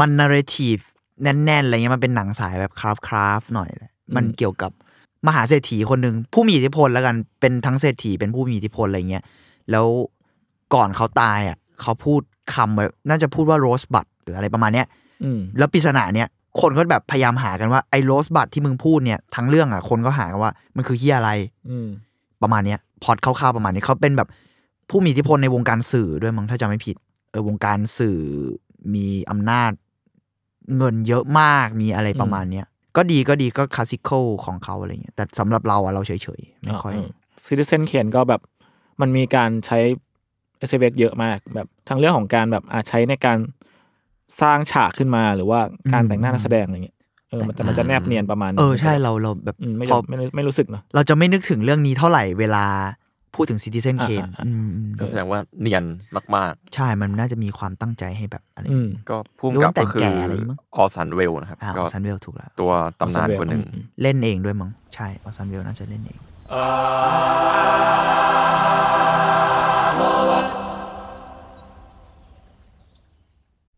Speaker 5: มันนาร์เรทีฟแน่นๆอะไรเงี้ยมันเป็นหนังสายแบบคราฟคราฟหน่อยแหละมัน
Speaker 3: อืม
Speaker 5: เกี่ยวกับมหาเศรษฐีคนหนึ่งผู้มีอิทธิพลแล้วกันเป็นทั้งเศรษฐีเป็นผู้มีอิทธิพลอะไรเงี้ยแล้วก่อนเขาตายอ่ะเขาพูดคำไว้น่าจะพูดว่าโรสบัตหรืออะไรประมาณเนี้ย
Speaker 3: อืม
Speaker 5: แล้วปริศนาเนี่ยคนก็แบบพยายามหากันว่าไอ้โรสบัตที่มึงพูดเนี่ยทั้งเรื่องอ่ะคนก็หากันว่ามันคือเฮียอะไร
Speaker 3: อืม
Speaker 5: ประมาณเนี้ยพล็อตคร่าวๆประมาณนี้เขาเป็นแบบผู้มีอิทธิพลในวงการสื่อด้วยมั้งถ้าจำไม่ผิดเออวงการสื่อมีอำนาจเงินเยอะมากมีอะไรประมาณเนี้ยก็ดีก็ดีก็คลาสสิคอลของเขาอะไรเงี้ยแต่สำหรับเราอะเราเฉยๆไม่ค่อย
Speaker 3: ซิติเซนเคนก็แบบมันมีการใช้เอสเเยอะมาก แบบทั้งเรื่องของการแบบอาใช้ในการสร้างฉากขึ้นมาหรือว่าการแต่งหน้านักแสดงอะไรเงี้ยเออมันแต่มันจะแนบเนียนประมาณนึง
Speaker 5: เออใช่เราเราแบบ
Speaker 3: อืมไม่
Speaker 5: พอ
Speaker 3: ไม่ไม่รู้สึกเนอะ
Speaker 5: เราจะไม่นึกถึงเรื่องนี้เท่าไหร่เวลาพูดถึงซิติเซน
Speaker 3: อ่า
Speaker 5: เคน
Speaker 3: อ่าอ่า
Speaker 4: ก็แสดงว่าเนียนมาก
Speaker 5: ใช่มันน่าจะมีความตั้งใจให้แบบอะไร
Speaker 3: อืม
Speaker 4: ๆ ก็พุ่มกับก็คือ
Speaker 5: รู้ว่าแต่งแก่อะไรมั้ง
Speaker 4: ออสันเวลนะครับ
Speaker 5: อ่าอ
Speaker 4: ก็
Speaker 5: อสันเวลถูกแล้ว
Speaker 4: ตัวตำนานคนหนึ่ง
Speaker 3: อืม
Speaker 5: เล่นเองด้วยมั้งใช่ออสันเวลน่าจะเล่นเอง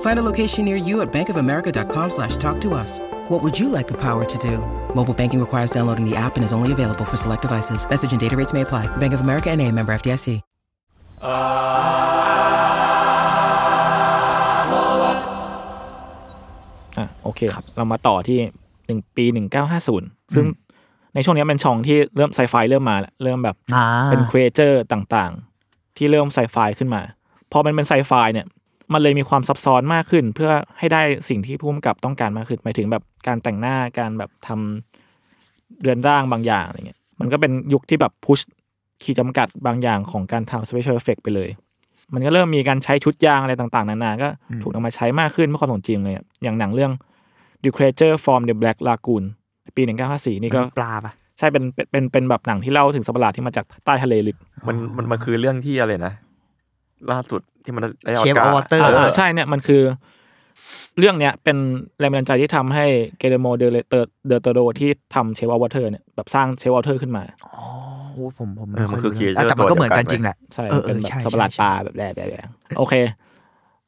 Speaker 6: Find a location near you at bankofamerica.com slash talk to us. What would you like the power to do? Mobile banking requires downloading the app and is only available for select devices. Message and data rates may apply. Bank of America and a member FDIC.
Speaker 3: อ่ะโอเคครับเรามาต่อที่หนึ่งปีหนึ่งเก้าห้าศูนย์ซึ่งในช่วงเนี้ยเป็นช่องที่เริ่มไซไฟเริ่มมาแล้วเริ่มแบบ
Speaker 5: อ่า
Speaker 3: เป็นครีเอเตอร์ต่างๆ ที่เริ่มไซไฟขึ้นมา พอมันเป็นไซไฟเนี่ยมันเลยมีความซับซ้อนมากขึ้น เพื่อให้ได้สิ่งที่ผู้กำกับต้องการมากขึ้นหมายถึงแบบการแต่งหน้าการแบบทำเรือนร่างบางอย่างอะไรเงี้ยมันก็เป็นยุคที่แบบพุชขีดจำกัดบางอย่างของการทำสเปเชียลเอฟเฟกไปเลย มันก็เริ่มมีการใช้ชุดยางอะไรต่างๆ นานาก็ถูกนำมาใช้มากขึ้นเมื่อความสนจริงเลยอะอย่างหนังเรื่อง The Creature from the Black Lagoon ปี 1954 นี่ก็
Speaker 5: ปลาปะ
Speaker 3: ใช่เป็นเป็นเป็นเป็นแบบหนังที่เล่าถึงสัตว์ประหลาดที่มาจากใต้ทะเลลึก
Speaker 4: มันมันมันคือเรื่องที่อะไรนะ ล่าสุดที่มันได้
Speaker 5: เชฟอ
Speaker 4: ร์
Speaker 5: วอเตอร์
Speaker 3: าใช่เนี่ยมันคือ เรื่องเนี้ยเป็นแรงบันดาลใจที่ทำให้เกเรโมเดเตอร์เดเตโดที่ทำเชฟอวอเทอร์เนี่ยแบบสร้างเชฟอวอเทอร์ขึ้นมา
Speaker 5: หผมผม
Speaker 4: เออมันคือ
Speaker 5: รู้นะ
Speaker 4: creature
Speaker 5: แต่มันก็เหมือนกัน
Speaker 4: ตัวเดียวกัน
Speaker 5: จริงแหละ
Speaker 3: ใช่
Speaker 5: เออ
Speaker 3: เป็นแบ
Speaker 5: เออใช่
Speaker 3: บสัตว์ประหลาด
Speaker 5: ใช่
Speaker 3: ป่าแบบแร่แบบแรงโอเค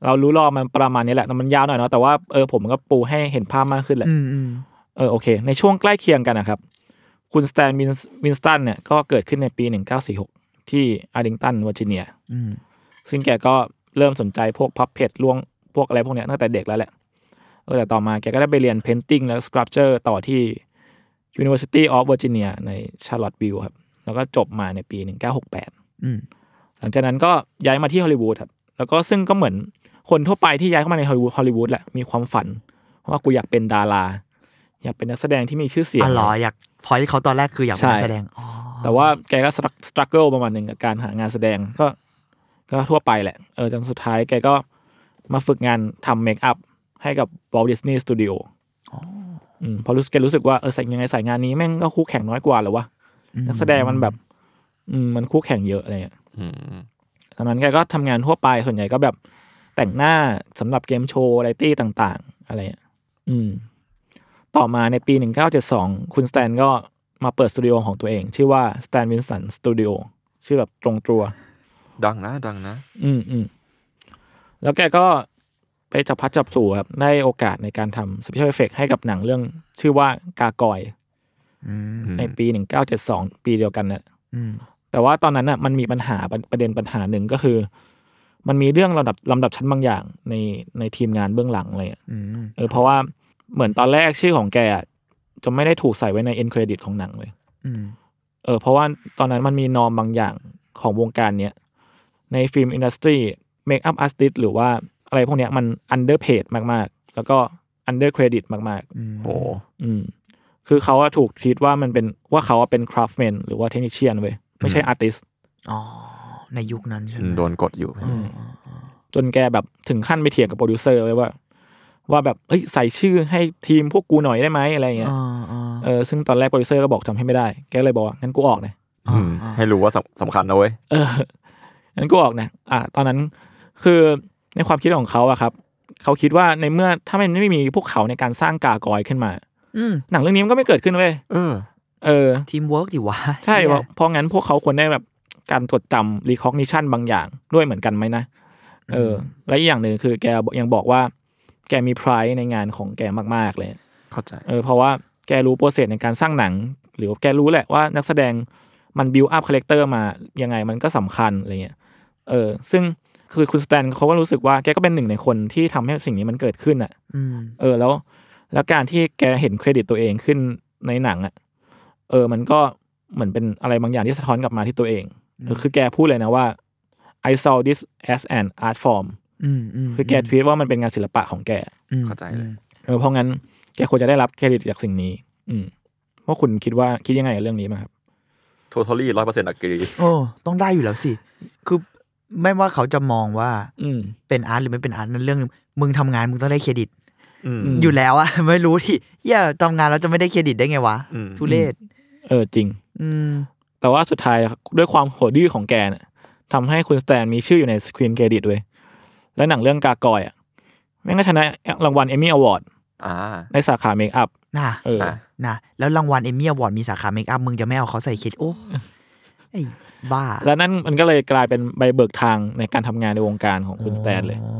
Speaker 3: เรารู้รอบมันประมาณนี้แหละแต่มันยาวหน่อยเนาะแต่ว่าเออผมก็ปูให้เห็นภาพมากขึ้นแหละ
Speaker 5: อืมอืม
Speaker 3: เออโอเค ในช่วงใกล้เคียงกันนะครับ คุณสแตนวินสตันเนี่ยก็เกิดขึ้นในปี 1946 ที่อาร์ดิงตันเวอร์จิเนีย
Speaker 5: อืม
Speaker 3: ซึ่งแกก็เริ่มสนใจพวกพับเพจล่วงพวกอะไรพวกเนี้ยตั้งแต่เด็กแล้วแหละเออแต่ต่อมาแกก็ได้ไปเรียนเพนติ n งและสครับเจอร์ต่อที่ University of Virginia ในชาร์ลอต t วิลล์ครับ แล้วก็จบมาในปี 1968
Speaker 5: อืม
Speaker 3: หลังจากนั้นก็ย้ายมาที่ฮอลลีวูดครับ แล้วก็ซึ่งก็เหมือนคนทั่วไปที่ย้ายเข้ามาในฮอลลีวูดฮอลลีวูดแหละมีความฝันว่ากูอยากเป็นดารา อยากเป็นนักแสดงที่มีชื่อเสียง
Speaker 5: อ๋อเหรออยากพอยที่เขาตอนแรกคืออยากเป็นนัก
Speaker 3: ใช่
Speaker 5: แสดงอ๋อ
Speaker 3: แต่ว่าแกก็สตรัคเกิลประมาณหนึ่งกับการหางานแสดงก็ก็ทั่วไปแหละ เออจนสุดท้ายแกก็มาฝึกงานทำเมคอัพให้กับ Walt Disney Studio อืมเพอรู้สึกแกรู้สึกว่าเออใส่ยังไงสายงานนี้แม่งก็คู่แข่งน้อยกว่าเหรอวะ นักแสดงมันแบบ อืมมันคู่แข่งเยอะอะไรเงี้ย
Speaker 4: อืม
Speaker 3: ตอนนั้นแกก็ทำงานทั่วไปส่วนใหญ่ก็แบบแต่งหน้าสำหรับเกมโชว์อะไรตี้ต่าง ๆ อะไรเงี้ยอืม ต่อมาในปี 1972 คุณสแตนก็มาเปิดสตูดิโอของตัวเอง ชื่อว่า Stan Winston Studio ชื่อแบบตรงตัว
Speaker 4: ดังนะดังนะ
Speaker 3: อืมอืมแล้วแกก็ไปจับพัดจับสู่ครับได้โอกาสในการทำ Special Effect ให้กับหนังเรื่องชื่อว่ากากอย
Speaker 5: อืม
Speaker 3: ในปี 1972 ปีเดียวกันนะ
Speaker 5: อืม
Speaker 3: แต่ว่าตอนนั้นน่ะมันมีปัญหาประประเด็นปัญหาหนึ่งก็คือ มันมีเรื่องลำดับลำดับชั้นบางอย่างในในทีมงานเบื้องหลังอะไรอย่างเงี้ย
Speaker 5: อืม
Speaker 3: เออเพราะว่าเหมือนตอนแรกชื่อของแกอะจะไม่ได้ถูกใส่ไว้ในเอ็นเครดิตของหนังเลย
Speaker 5: อืม
Speaker 3: เออเพราะว่าตอนนั้นมันมีนอมบางอย่างของวงการเนี้ยในฟิล์มอินดัสทรีเมคอัพอาร์ติสหรือว่าอะไรพวกเนี้ยมันอันเดอร์เพดมากๆ แล้วก็อันเดอร์เครดิตมาก
Speaker 5: อืม
Speaker 4: โอ้
Speaker 3: ๆ อืมคือเขาอะถูกทีดว่ามันเป็นว่าเขาอะเป็นคราฟแมนหรือว่าเทคนิชเชียนเว้ยไม่ใช่อาร์ติส
Speaker 5: อ๋อในยุคนั้นใช่ไหม
Speaker 4: โดนกดอยู่
Speaker 3: จนแกแบบถึงขั้นไปเถียงกับโปรดิวเซอร์เลยว่า ว่าแบบเอ้ยใส่ชื่อให้ทีมพวกกูหน่อยได้ไหมอะไรเงี้ย
Speaker 5: อ่าอ่า
Speaker 3: เออซึ่งตอนแรกโปรดิวเซอร์ก็บอกทำให้ไม่ได้ แกก็เลยบอกว่างั้นกูออกนะ
Speaker 5: อ่า
Speaker 4: อืม
Speaker 5: อ่า
Speaker 4: ให้รู้ว่าสำสำคัญนะเว้ย
Speaker 3: เอองั้นกูออกนะอ่ะตอนนั้นคือในความคิดของเขาอะครับ เขาคิดว่าในเมื่อถ้ามันไม่มีพวกเขาในการสร้างกากอยขึ้นมา
Speaker 5: อืม
Speaker 3: หนังเรื่องนี้มันก็ไม่เกิดขึ้นเว้ย
Speaker 4: เออ
Speaker 3: เออ
Speaker 5: ทีมเวิร์กดิวะ
Speaker 3: ใช่เพราะเพราะงั้นพวกเขาควรได้แบบการจดจำ recognition บางอย่างด้วยเหมือนกันไหมนะ เออ และอีกอย่างหนึ่งคือแกยังบอกว่า แกมี pride ในงานของแกมากๆเลย
Speaker 4: เข้าใจ
Speaker 3: เออเพราะว่าแกรู้โปรเซสในการสร้างหนัง หรือว่าแกรู้แหละว่านักแสดงมันบิวอัพคาแรคเตอร์มายังไงมันก็สำคัญอะไรเงี้ยเออซึ่งคือคุณสแตนเขาก็รู้สึกว่าแกก็เป็นหนึ่งในคนที่ทำให้สิ่งนี้มันเกิดขึ้นอ่ะ
Speaker 5: อืม
Speaker 3: เออแล้วแล้วการที่แกเห็นเครดิตตัวเองขึ้นในหนังอ่ะเออมันก็เหมือนเป็นอะไรบางอย่างที่สะท้อนกลับมาที่ตัวเองเออคือแกพูดเลยนะว่า I saw this as an art form
Speaker 5: อืมอืม
Speaker 3: คือแกทวีตว่ามันเป็นงานศิลปะของแก
Speaker 5: อืม
Speaker 4: เข้าใจเลย
Speaker 3: เออเพราะงั้นแกควรจะได้รับเครดิตจากสิ่งนี้ อืมว่าคุณคิดว่าคิดยังไงกับเรื่องนี้มางครับ
Speaker 4: totally ร้อยเปอร์เซ็นต์อักกรี
Speaker 5: โอ้ต้องได้อยู่แล้วสิ คือไม่ว่าเขาจะมองว่า
Speaker 3: อืม
Speaker 5: เป็นอาร์ตหรือไม่เป็นอาร์ตนั่นเรื่องหนึงมึงทำงานมึงต้องได้เครดิต
Speaker 4: อืม
Speaker 3: อืม
Speaker 5: อยู่แล้วอะ ไม่รู้ที่เหี้ย่ทำงานแล้วจะไม่ได้เครดิตได้ไงวะ
Speaker 4: อืม
Speaker 5: ทุเรศ
Speaker 3: เออจริง
Speaker 5: อืม
Speaker 3: แต่ว่าสุดท้ายด้วยความโหดดื้อของแกน่ะทำให้คุณสแตนมีชื่ออยู่ในสกรีนเครดิตเว้ยและหนังเรื่องกากอยอ่ะแม่งก็ชนะรางวัลเอมมี่อวอร์ด
Speaker 4: อ่า
Speaker 3: ในสาขาเมคอัพ
Speaker 5: น่ะ
Speaker 3: เออ
Speaker 4: อ่ะ
Speaker 5: น่ะแล้วรางวัลเอมี่อวอร์ดมีสาขาเมคอัพมึงจะไม่เอาเขาใส่เครดิตโอ้ไอ้บ้า
Speaker 3: และนั่นมันก็เลยกลายเป็นใบเบิกทางในการทำงานในวงการของคุณสแตนเลย
Speaker 5: อ๋อ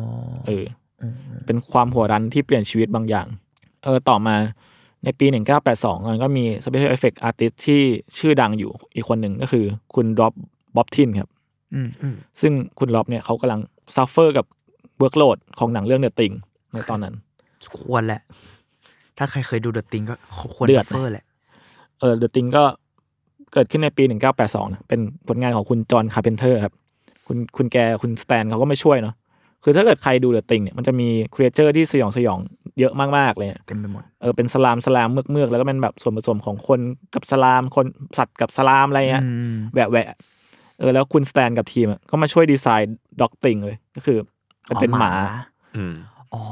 Speaker 3: เอออเป็นความหัวรันที่เปลี่ยนชีวิตบางอย่าง เออ ต่อมาในปี 1982มันก็มี Special Effect Artist ที่ชื่อดังอยู่อีกคนหนึ่งก็คือคุณรอบบ๊อบทินครับ
Speaker 5: อืมอืม
Speaker 3: ซึ่งคุณรอบเนี่ยเขากำลังซัฟเฟอร์กับเวิร์กโหลดของหนังเรื่องเดอะติงในตอนนั้น
Speaker 5: ควรแหละ ถ้าใครเคยดูเดอะติงก็ควร
Speaker 3: เดือ
Speaker 5: ซั
Speaker 3: ด
Speaker 5: ฟเฟอร์แหละ
Speaker 3: เออเดอะติงก็เกิดขึ้นในปี 1982นะเป็นผลงานของคุณจอห์นคาร์เพนเตอร์ครับ คุณคุณแกคุณสแตนเขาก็ไม่ช่วยเนาะคือถ้าเกิดใครดูเดอะติงเนี่ยมันจะมีครีเอเจอร์ที่สยองสยองเยอะมากๆเลยอะ
Speaker 5: เต็มไปหมด
Speaker 3: เออเป็นสลามสลามเมือกเมือกๆแล้วก็เป็นแบบส่วนผสมของคนกับสลามคนสัตว์กับสลามอะไรเงี้ย
Speaker 5: อืม
Speaker 3: แหวะแหวะเออแล้วคุณสแตนกับทีมอะก็มาช่วยดีไซน์ด็อกติงเลยก็คือจะเป็น
Speaker 5: อ๋อ
Speaker 3: หมา
Speaker 4: อืม
Speaker 5: อ๋อ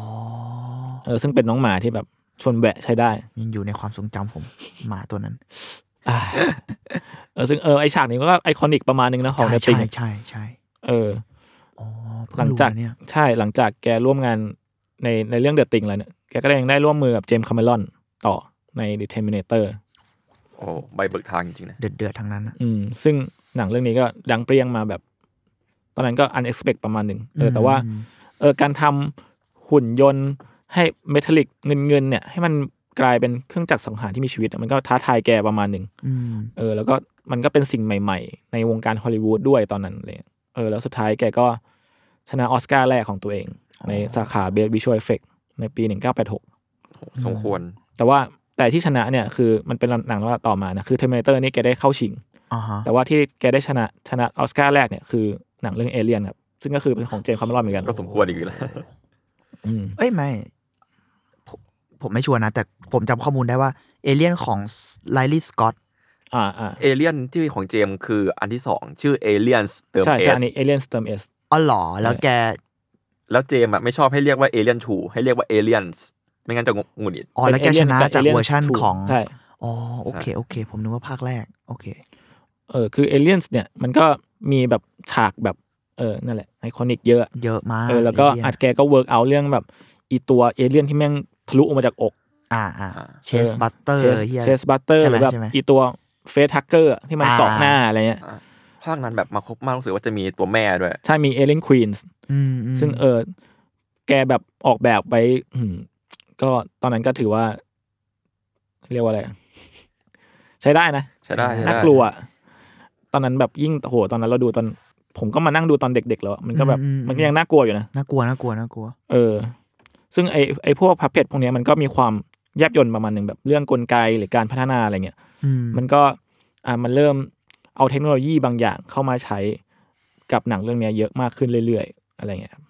Speaker 3: เออซึ่งเป็นน้องหมาที่แบบชวนแหวะใช้ ได้
Speaker 5: ยังอยู่ในความทรงจำผม หมาตัวนั้น
Speaker 3: อ่าเออซึ่งเออไอฉากนี้ก็ไอคอนิกประมาณนึงนะของเด
Speaker 5: ใช่
Speaker 3: ติง
Speaker 5: ใช่ใช่ใช่
Speaker 3: เออ
Speaker 5: อ๋อเพิ่
Speaker 3: หลัง
Speaker 5: รู้
Speaker 3: จาก
Speaker 5: นะเนี่ย
Speaker 3: ใช่หลังจากแกร่วมงานในในเรื่องเดอะติงแล้วเนี่ยแกก็ยังได้ร่วมมือกับเจมส์คาเมรอนต่อใน The Terminator
Speaker 4: โอ้โหใบเบิกทางจริงๆนะ
Speaker 5: เดือดๆทั้งนั้นอะ
Speaker 3: อืมซึ่งหนังเรื่องนี้ก็ดังเปรี้ยงมาแบบ ตอนนั้นก็ unexpected ประมาณหนึ่งเออแต่ว่าเออการทำหุ่นยนต์ให้เมทัลลิกเงินเงินๆเนี่ย ให้มันกลายเป็นเครื่องจักรสังหารที่มีชีวิตอะมันก็ท้าทายแกประมาณหนึ่ง
Speaker 5: อืม
Speaker 3: เออแล้วก็มันก็เป็นสิ่งใหม่ ๆ ในวงการฮอลลีวูดด้วยตอนนั้นเลย เออแล้วสุดท้ายแกก็ชนะออสการ์แรกของตัวเอง ในสาขาเบสวิชวลเอฟเฟกในปี 1986
Speaker 4: โอ้โหสมควร
Speaker 3: แต่ว่าแต่ที่ชนะเนี่ยคือมันเป็นหนังลำดับต่อมานะคือเทมเนเตอร์นี่แกได้เข้าชิง
Speaker 5: อ่าฮะ
Speaker 3: แต่ว่าที่แกได้ชนะชนะออสการ์แรกเนี่ยคือหนังเรื่องเอเลียนครับ ซึ่งก็คือเป็นของเจมส์คาเมรอนเหมือนกัน
Speaker 4: ก็สมควรอีกแล้ว
Speaker 3: อืม
Speaker 5: เอ้ยไม่ผมผมไม่ชัวร์นะ แต่ผมจำข้อมูลได้ว่าเอเลียนของไลลี่สกอต
Speaker 3: อ่าอ่า
Speaker 4: เอเลียนที่ของเจมส์คืออันที่สองชื่อเอเลียนเติม
Speaker 3: ใช่
Speaker 4: เอ
Speaker 3: ใช่
Speaker 4: ส
Speaker 3: อันนี้เอเลียนสเติมเอส
Speaker 5: อ๋อเหรอแล้วแก
Speaker 4: แล้วเจมส์อะไม่ชอบให้เรียกว่าเอเลียนทูให้เรียกว่าเอเลียนส์ไม่งั้นจะงงุนงิด
Speaker 5: อ๋อ แล้วแกชนะจากเวอร์ชั่นของ
Speaker 3: ใช่
Speaker 5: อ๋อ โอเค โอเค ผมนึกว่าภาคแรก โอเค
Speaker 3: เออคือเอเลียนเนี่ยมันก็มีแบบฉากแบบเออนั่นแหละไอคอนิกเยอะ
Speaker 5: เยอะมาก
Speaker 3: เออแล้วก็
Speaker 5: เลี่ยน
Speaker 3: อัดแกก็เวิร์กเอาเรื่องแบบอีตัวเอเลียนที่แม่งทะลุออกมาจากอก
Speaker 5: อ่าอ่า
Speaker 4: อ่า
Speaker 5: เชสบัตเตอร์เฮีย
Speaker 3: เชสบัตเตอร์
Speaker 5: ใช่
Speaker 3: ห
Speaker 5: ไหม
Speaker 3: รือแบบ
Speaker 5: ใช่ไหม
Speaker 3: อีตัวเฟสทักเกอร์ที่มัน
Speaker 5: อ่า
Speaker 3: เกาะหน้าอะไรเงี้ย
Speaker 4: ภาคนั้นแบบมาครบมากรู้สึกว่าจะมีตัวแม่ด้วย
Speaker 3: ใช่มีเอเลียนควีนส์
Speaker 5: อืมอืม
Speaker 3: ซึ่งเออแกแบบออกแบบไว้อืมก็ตอนนั้นก็ถือว่า เรียกว่าอะไร ใช้ได้นะ
Speaker 4: ใช้ได้ใช้ได้
Speaker 3: น่ากลัวอะตอนนั้นแบบยิ่งโหตอนนั้นเราดูตอน ผมก็มานั่งดูตอนเด็ก ๆ แล้วอะมันก็แบบมันก็ยังน่ากลัวอยู่นะ
Speaker 5: น่ากลัวน่ากลัวน่ากลัว
Speaker 3: เออ ซึ่งไอไอพวกพับเพจพวกเนี้ยมันก็มีความแยบยนประมาณหนึ่งแบบเรื่องกลไกหรือการพัฒนาอะไรเงี้ย
Speaker 5: อืม
Speaker 3: มันก็อ่ามันเริ่มเอาเทคโนโลยีบางอย่างเข้ามาใช้กับหนังเรื่องเนี้ยเยอะมากขึ้นเรื่อยๆ อะไรเงี้ยครับ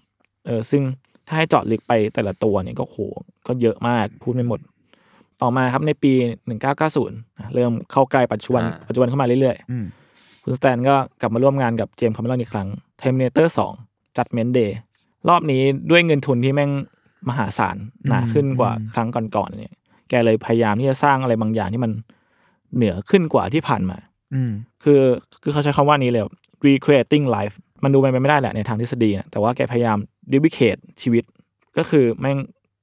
Speaker 3: เออซึ่งถ้าให้เจาะลึกไปแต่ละตัวเนี่ยก็โหก็เยอะมากพูดไม่หมด ต่อมาครับในปี 1990อ่ะเริ่มเข้าใกล้ปัจจุบัน
Speaker 4: อ่า
Speaker 3: ปัจจุบันเข้ามาเรื่อย
Speaker 5: อืม
Speaker 3: ๆ คุณสแตนก็กลับมาร่วมงานกับเจมส์คาเมรอนอีกครั้ง Terminator 2 Judgment Day รอบนี้ด้วยเงินทุนที่แม่งมหาศาลหนาขึ้นกว่าครั้งก่อนๆเนี่ย แกเลยพยายามที่จะสร้างอะไรบางอย่างที่มันเหนือขึ้นกว่าที่ผ่านมา
Speaker 5: อืม
Speaker 3: คือคือเขาใช้คำว่านี้เลย recreating life มันดูไปไม่ได้แหละในทางทฤษฎีนะแต่ว่าแกพยายาม duplicate ชีวิต ก็คือแม่ง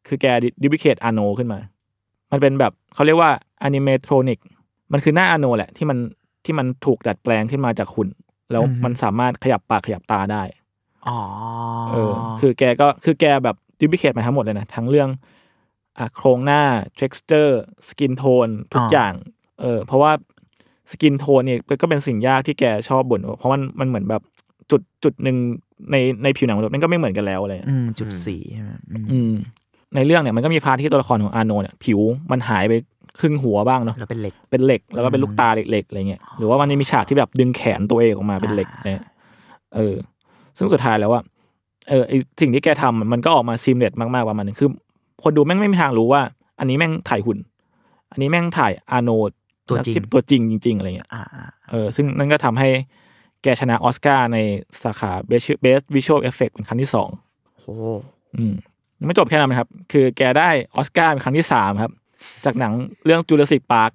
Speaker 3: คือแก duplicate อาโนขึ้นมา มันเป็นแบบเขาเรียกว่า animatronic มันคือหน้าอาโนแหละที่มันที่มันถูกดัดแปลงขึ้นมาจากหุ่น แล้วมันสามารถขยับปากขยับตาได้
Speaker 5: อ๋อ
Speaker 3: เออคือแกก็คือแกแบบดิพิเคทมาทั้งหมดเลยนะ ทั้งเรื่องอ่ะโครงหน้า texture skin tone ทุกอย่างเออเพราะว่า skin tone เนี่ยก็เป็นสิ่งยากที่แกชอบบ่นว่าเพราะมันมันเหมือนแบบจุดจุดหนึ่งในในผิวหนังมนุษย์มันก็ไม่เหมือนกันแล้วอะไรอย่างเงี้ย
Speaker 5: มจุดสีใช่ไหมอืม
Speaker 3: อืมในเรื่องเนี่ยมันก็มีพาร์ทที่ตัวละครของอาโนเนี่ยผิวมันหายไปครึ่งหัวบ้างเนาะ
Speaker 5: แล้วเป็นเหล็ก
Speaker 3: เป็นเหล็กแล้วก็เป็นลูกตาเหล็กๆอะไรเงี้ยหรือว่ามันมีฉากที่แบบดึงแขนตัวเองออกมาเป็นเหล็กเนี่ยเออ ซึ่งสุดท้ายแล้วว่าเออไอสิ่งที่แกทำมันก็ออกมาซีมเลตมากๆประมาณนึงคือ คนดูแม่งไม่มีทางรู้ว่า อันนี้แม่งถ่ายหุ่น อันนี้แม่งถ่ายอาโน
Speaker 5: ตัวจริง
Speaker 3: ที่ตัวจริงจริงๆอะไรเงี้ย
Speaker 5: อ่าอ่า
Speaker 3: เออซึ่งนั่นก็ทำให้แกชนะออสการ์ในสาขา Best Best Visual Effect เป็นครั้งที่สอง
Speaker 5: โห
Speaker 3: อืมยังไม่จบแค่นั้นนะครับ คือแกได้ออสการ์เป็นครั้งที่สามครับ จากหนังเรื่องจูเลสิกปาร์ค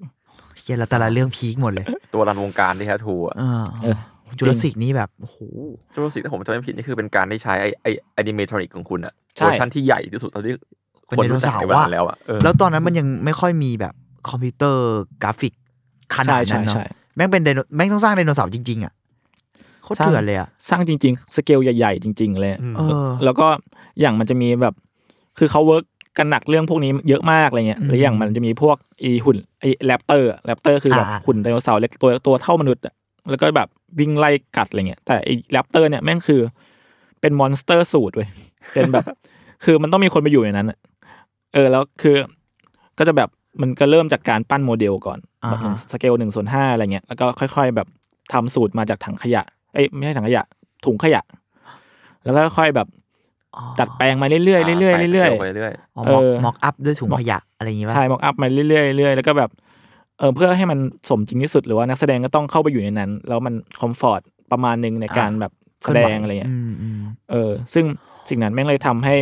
Speaker 5: เฮียละแต่ละเรื่องพีคหมดเลย
Speaker 4: ตัวรันวงการที่แท้ทูอะ
Speaker 5: เออ
Speaker 3: เออ
Speaker 5: จุลศิษย์นี่แบบโอ้โห
Speaker 4: จุลศิษย์ถ้าผมจำไม่ผิดนี่คือเป็นการได้ใช้ไอไอแอนิเมทรอนิกของคุณอะ
Speaker 3: ใช่
Speaker 4: เวอร์ชันที่ใหญ่ที่สุดเท่าที่
Speaker 5: เป็น
Speaker 4: คน
Speaker 5: ไดโน
Speaker 4: รู้จัก
Speaker 5: เสา
Speaker 4: ใน
Speaker 5: ร์
Speaker 4: เวลา
Speaker 5: ว่า
Speaker 4: แล้วอะเออ
Speaker 5: แล้วตอนนั้นมันยังไม่ค่อยมีแบบคอมพิวเตอร์กราฟิกขนาดนั้นเนาะ แม่งเป็นไดโนแม่งต้องสร้างไดโนเสาร์จริง ๆ อ่ะโคตรเถื่อนเลยอ่ะ
Speaker 3: สร้างจริง ๆ สเกลใหญ่ ๆ จริง ๆ เลย
Speaker 4: อืม
Speaker 5: เออ
Speaker 3: แล้วก็อย่างมันจะมีแบบ คือเขาเวิร์กกันหนักเรื่องพวกนี้เยอะมากอะไรเงี้ยหรืออย่างมันจะมีพวกอีหุ่นไอแรปเตอร์แรปเตอร์คือแบบ
Speaker 5: อ่า
Speaker 3: หุ่นไดโนเสาร์เล็กตัวตัวเท่ามนุษย์อะแล้วก็แบบวิ่งไล่กัดอะไรเงี้ยแต่ไอแรปเตอร์เนี่ยแม่งคือเป็นมอนสเตอร์สูตรเว้ยเป็นแบบ คือมันต้องมีคนไปอยู่ในนั้นอะเออแล้วคือก็จะแบบมันก็เริ่มจากการปั้นโมเดลก่อนแบบหนึ่งสเกลหนึ่งส่วนห้าอะไรเงี้ยแล้วก็ค่อย ๆ แบบทำสูตรมาจากถังขยะเอ้ยไม่ใช่ถังขยะ ถุงขยะ แล้วก็ค่อยๆแบบดัดแปลงมาเรื่อยๆเรื่อยๆเรื่อยๆเรื่อย
Speaker 4: ไปเรื่อย
Speaker 5: อ๋อ
Speaker 3: เออ
Speaker 5: ม็อกอัพด้วยถุงขยะอะไรอย่างงี้ป่ะ
Speaker 3: ถ่ายมอกอัพมาเรื่อยๆเรื่อยๆแล้วก็แบบเออเพื่อให้มันสมจริงที่สุดหรือว่านักแสดงก็ต้องเข้าไปอยู่ในนั้น แล้วมันคอมฟอร์ตประมาณหนึ่งในการแบบแสดงอะไรเงี้ย
Speaker 5: อืมอืม
Speaker 3: เออซึ่งสิ่งนั้นแม่งเลยทำให้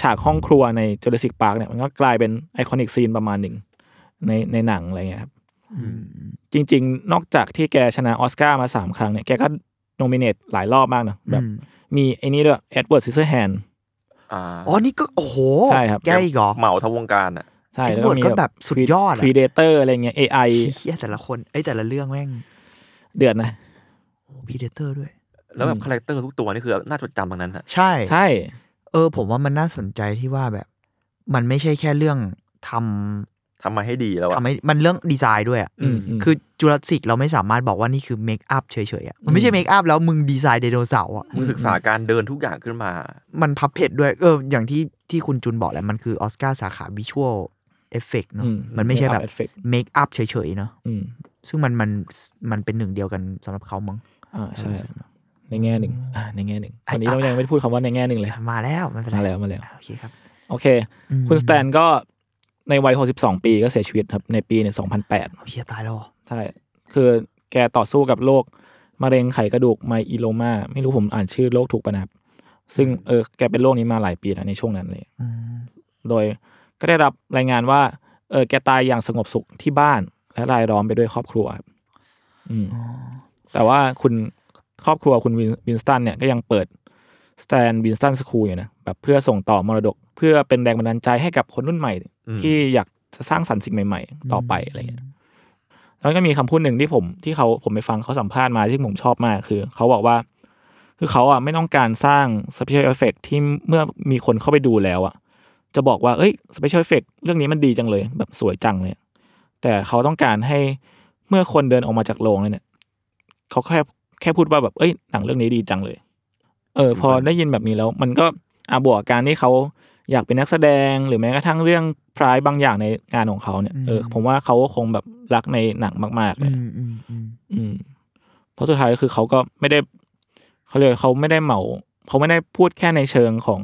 Speaker 3: ฉากห้องครัวในจูเลสิกปาร์กเนี่ยมันก็กลายเป็นไอคอนิกซีนประมาณหนึ่งในในหนังอะไรเงี้ยครับจริง ๆ นอกจากที่แกชนะออสการ์มาสามครั้งเนี่ยแกก็โนมิเนตหลายรอบมากนะแบบมีไอ้นี่ด้วยเอ็ดเวิร์ดซิสเซอร์แฮน
Speaker 4: ๆอ่า
Speaker 5: อ๋อนี่ก็โอ้โห
Speaker 3: ใช่ครับ
Speaker 5: แกอีกเหรอ
Speaker 4: เหมาทั้งวงการอะ
Speaker 3: ใช่
Speaker 5: เอ็ด
Speaker 3: แล้ว
Speaker 5: เวิ
Speaker 3: ก็มี
Speaker 5: ร์ดก็แบบสุดยอดอะ
Speaker 3: พรีเดเตอร์อะไรเงี้ย AI
Speaker 5: เฮียแต่ละคนไอ้ยแต่ละเรื่องแม่ง
Speaker 3: เดือดนะ
Speaker 5: พีเดเตอร์ด้วย
Speaker 4: แล้วแบบคาแรคเตอร์ทุกตัวนี่คือน่าจดจำทั้งนั้นอะ
Speaker 5: ใช่
Speaker 3: ใช่
Speaker 5: เออ ผมว่ามันน่าสนใจที่ว่าแบบ มันไม่ใช่แค่เรื่องทำ
Speaker 4: ทำมาให้ดีแล้วอะ
Speaker 5: ทำให้มันเรื่องดีไซน์ด้วยอ่ะ
Speaker 3: อืมอืม
Speaker 5: คือจูราสสิกเราไม่สามารถบอกว่านี่คือเมคอัพเฉยๆอะมันไม่ใช่เมคอัพแล้วมึงดีไซน์ไดโนเสาร์อ่ะ
Speaker 4: มึงศึกษาการเดินทุกอย่างขึ้นมา
Speaker 5: มันพับเพจด้วยเอออย่างที่ที่คุณจุนบอกแหละมันคือออสการ์สาขาวิชวลเอฟเฟกเนาะ
Speaker 3: อื
Speaker 5: มันไม่ใช่แบบ
Speaker 3: เอฟเฟกต์
Speaker 5: เมคอัพเฉยๆเนาะ
Speaker 3: อืม
Speaker 5: ซึ่งมันมันมันเป็นหนึ่งเดียวกันสำหรับเขามั้ง
Speaker 3: อ่าใช่ ในแง่หนึ่งอ่าในแง่หนึ่งวันนี้เรายังไม่ได้พูดคำว่าในแง่หนึ่งเลย
Speaker 5: มาแล้วมันเป็นไร
Speaker 3: มาแล้วมาแล้ว
Speaker 5: โอเคครับ
Speaker 3: โอเค
Speaker 5: อืม
Speaker 3: คุณสแตนก็ในวัย 62 ปีก็เสียชีวิตครับ ในปีเนี่ย2008
Speaker 5: เพียตายแล้วเหรอ
Speaker 3: ใช่ คือแกต่อสู้กับโรคมะเร็งไขกระดูกไมอิโลมา ไม่รู้ผมอ่านชื่อโรคถูกปะนะครับ ซึ่งเออแกเป็นโรคนี้มาหลายปีแล้วในช่วงนั้นเลย
Speaker 5: อืม
Speaker 3: โดยก็ได้รับรายงานว่า เออแกตายอย่างสงบสุขที่บ้าน และรายล้อมไปด้วยครอบครัวครับอืมแต่ว่าคุณครอบครัวคุณวินวินสตันเนี่ยก็ยังเปิดสแตนวินสตันสคูลอยู่นะแบบเพื่อส่งต่อมรดก เพื่อเป็นแรงบันดาลใจให้กับคนรุ่นใหม่ ที่อยากจะสร้างสรรค์สิ่งใหม่ ๆ ต่อไปอะไรอย่างเงี้ยแล้วก็มีคำพูดหนึ่งที่ผมที่เขาผมไปฟังเขาสัมภาษณ์มาที่ผมชอบมากคือ เขาบอกว่า คือเขาอ่ะไม่ต้องการสร้าง special effect ที่เมื่อมีคนเข้าไปดูแล้วอ่ะ จะบอกว่า เอ้ย special effect เรื่องนี้มันดีจังเลย แบบสวยจังเลย แต่เขาต้องการให้เมื่อคนเดินออกมาจากโรงเลยเนี่ย เขาแค่แค่พูดว่าแบบ เอ้ย หนังเรื่องนี้ดีจังเลย เออ พอได้ยินแบบนี้แล้ว มันก็อาบวกกบการที่เขาอยากเป็นนักแสดง หรือแม้กระทั่งเรื่องพรายบางอย่างในงานของเขาเนี่ย เออ ผมว่าเขาคงแบบรักในหนังมากๆเลย
Speaker 5: อืมอืมอืม
Speaker 3: อืมเพราะสุดท้ายก็คือเขาก็ไม่ได้เขาเรียกว่าเขาไม่ได้เหมาเขาไม่ได้พูดแค่ในเชิงของ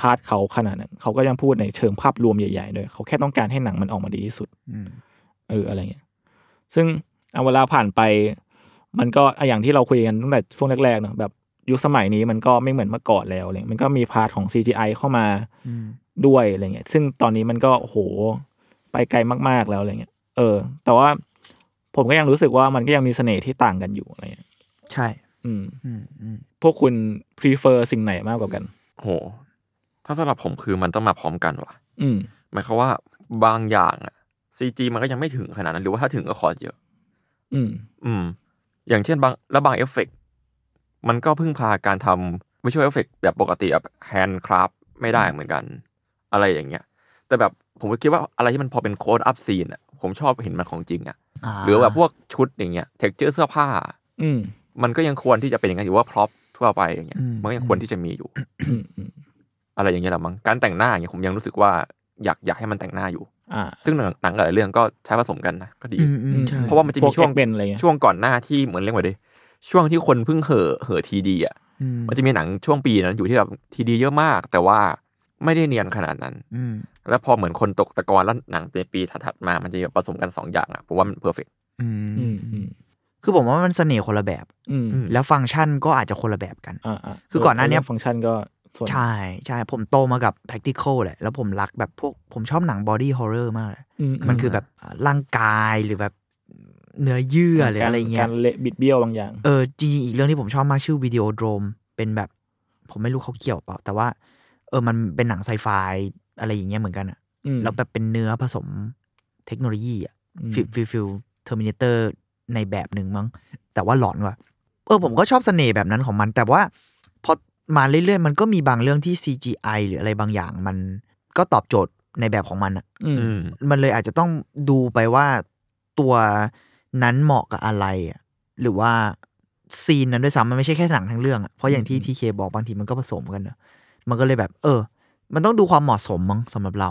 Speaker 3: พาร์ทเขาขนาดนั้นเขาก็ยังพูดในเชิงภาพรวมใหญ่ๆด้วยเขาแค่ต้องการให้หนังมันออกมาดีที่สุด
Speaker 5: อืม
Speaker 3: เอออะไรเงี้ย ซึ่งเอาเวลาผ่านไป มันก็อ่ะอย่างที่เราคุยกันตั้งแต่ช่วงแรกๆเนอะแบบยุคสมัยนี้มันก็ไม่เหมือนเมื่อก่อนแล้วอะไรเงี้ยมันก็มีพาร์ทของ CGI เข้ามา
Speaker 5: อืม
Speaker 3: ด้วยอะไรเงี้ย ซึ่งตอนนี้มันก็โอ้โหไปไกลมากๆแล้วอะไรเงี้ย เออ แต่ว่าผมก็ยังรู้สึกว่ามันก็ยังมีเสน่ห์ที่ต่างกันอยู่อะไรเงี้ย
Speaker 5: ใช่
Speaker 3: อืม
Speaker 5: อืมอืม
Speaker 3: พวกคุณ prefer สิ่งไหนมากกว่ากัน
Speaker 4: โห ถ้าสำหรับผมคือมันต้องมาพร้อมกันว่ะ
Speaker 3: อืม
Speaker 4: หมายความว่าบางอย่างอะซีจีมันก็ยังไม่ถึงขนาดนั้น หรือว่าถ้าถึงก็คอเยอะ
Speaker 3: อืม
Speaker 4: อืม อย่างเช่นบางแล้วบางเอฟเฟกต์มันก็พึ่งพาการทำไม่ช่วยเอฟเฟกต์แบบปกติแบบแฮนด์คราฟไม่ได้เหมือนกัน อะไรอย่างเงี้ย แต่แบบผมก็คิดว่าอะไรที่มันพอเป็นโค้ดอัพซีนอะผมชอบเห็นมันของจริงอะ
Speaker 5: า
Speaker 4: หรือแบบพวกชุดอย่างเงี้ยเท็กเจอร์เสื้อผ้า
Speaker 3: อืม
Speaker 4: มันก็ยังควรที่จะเป็นอย่างนั้นอยู่ว่าพร็อพทั่วไปอย่างเงี้ย
Speaker 5: อื
Speaker 4: มันก็ยังควรที่จะมีอยู่ อะไรอย่างเงี้ยแหละมั้งการแต่งหน้าอย่างเงี้ยผมยังรู้สึกว่าอยากอยากให้มันแต่งหน้าอยู่
Speaker 3: อ่า
Speaker 4: ซึ่งหนังหนังหลายเรื่องก็ใช้ผสมกันนะก็ดี
Speaker 5: อืมอืมใช่
Speaker 4: เพราะว่ามันจะมีช่วง
Speaker 3: เป็นอะไรเงี้ย
Speaker 4: ช่วงก่อนหน้าที่เหมือนเรียกว่าดิช่วงที่คนเพิ่งเห่อเห่อทีดีอ่ะ
Speaker 5: อืม
Speaker 4: มันจะมีหนังช่วงปีนั้นอยู่ที่แบบทีดีเยอะมาก แต่ว่าไม่ได้เนียนขนาดนั้น
Speaker 5: อืม
Speaker 4: แล้วพอเหมือนคนตกตะกอนแล้วหนังในปีถัดๆมามันจะแบบผสมกันสองอย่างอ่ะผมว่ามันเพอร์เฟก
Speaker 5: อื
Speaker 3: อื
Speaker 5: ม
Speaker 3: มอืม
Speaker 5: คือผมว่ามันเสน่ห์คนละแบบ
Speaker 3: อืม
Speaker 4: ม
Speaker 5: แล้วฟังก์ชันก็อาจจะคนละแบบกัน
Speaker 3: อ่าอ่า
Speaker 5: คือก่อนหน้าเนี้ย
Speaker 3: ฟังก์ชันก็ส่วน
Speaker 5: ใช่ใช่ผมโตมากับ practical แหละแล้วผมรักแบบพวกผมชอบหนัง body horror มากเลย
Speaker 3: อื
Speaker 5: มันคือแบบร่างกายหรือแบบเนื้อเยื่อหรืออะไรเงี้
Speaker 3: กาย รเละบิดเบี้ยวบางอย่าง
Speaker 5: เออจริงๆอีกเรื่องที่ผมชอบมากชื่อวิดีโอโดรมเป็นแบบ ผมไม่รู้เขาเกี่ยวเปล่า แต่ว่า เออมันเป็นหนังไซไฟอะไรอย่างเงี้ยเหมือนกันอะ
Speaker 3: อืม
Speaker 5: แล้วแบบเป็นเนื้อผสมเทคโนโลยีอะ
Speaker 3: อืม
Speaker 5: ฟิลฟิลฟิลเทอร์มินเตอร์ในแบบหนึ่งมั้งแต่ว่าหลอนว่ะเออผมก็ชอบเสน่ห์แบบนั้นของมัน แต่ว่าพอมาเรื่อยๆ มันก็มีบางเรื่องที่ CGI หรืออะไรบางอย่าง มันก็ตอบโจทย์ในแบบของมันอะ
Speaker 3: อืม
Speaker 5: มันเลยอาจจะต้องดูไปว่าตัวนั้นเหมาะกับอะไรอะหรือว่าซีนนั้นด้วยซ้ำมันไม่ใช่แค่หนังทั้งเรื่องอะเพราะอย่างที่ทีเคบอกบางทีมันก็ผสมกันเนอะมันก็เลยแบบ เออ มันต้องดูความเหมาะสมมั้งสำหรับเรา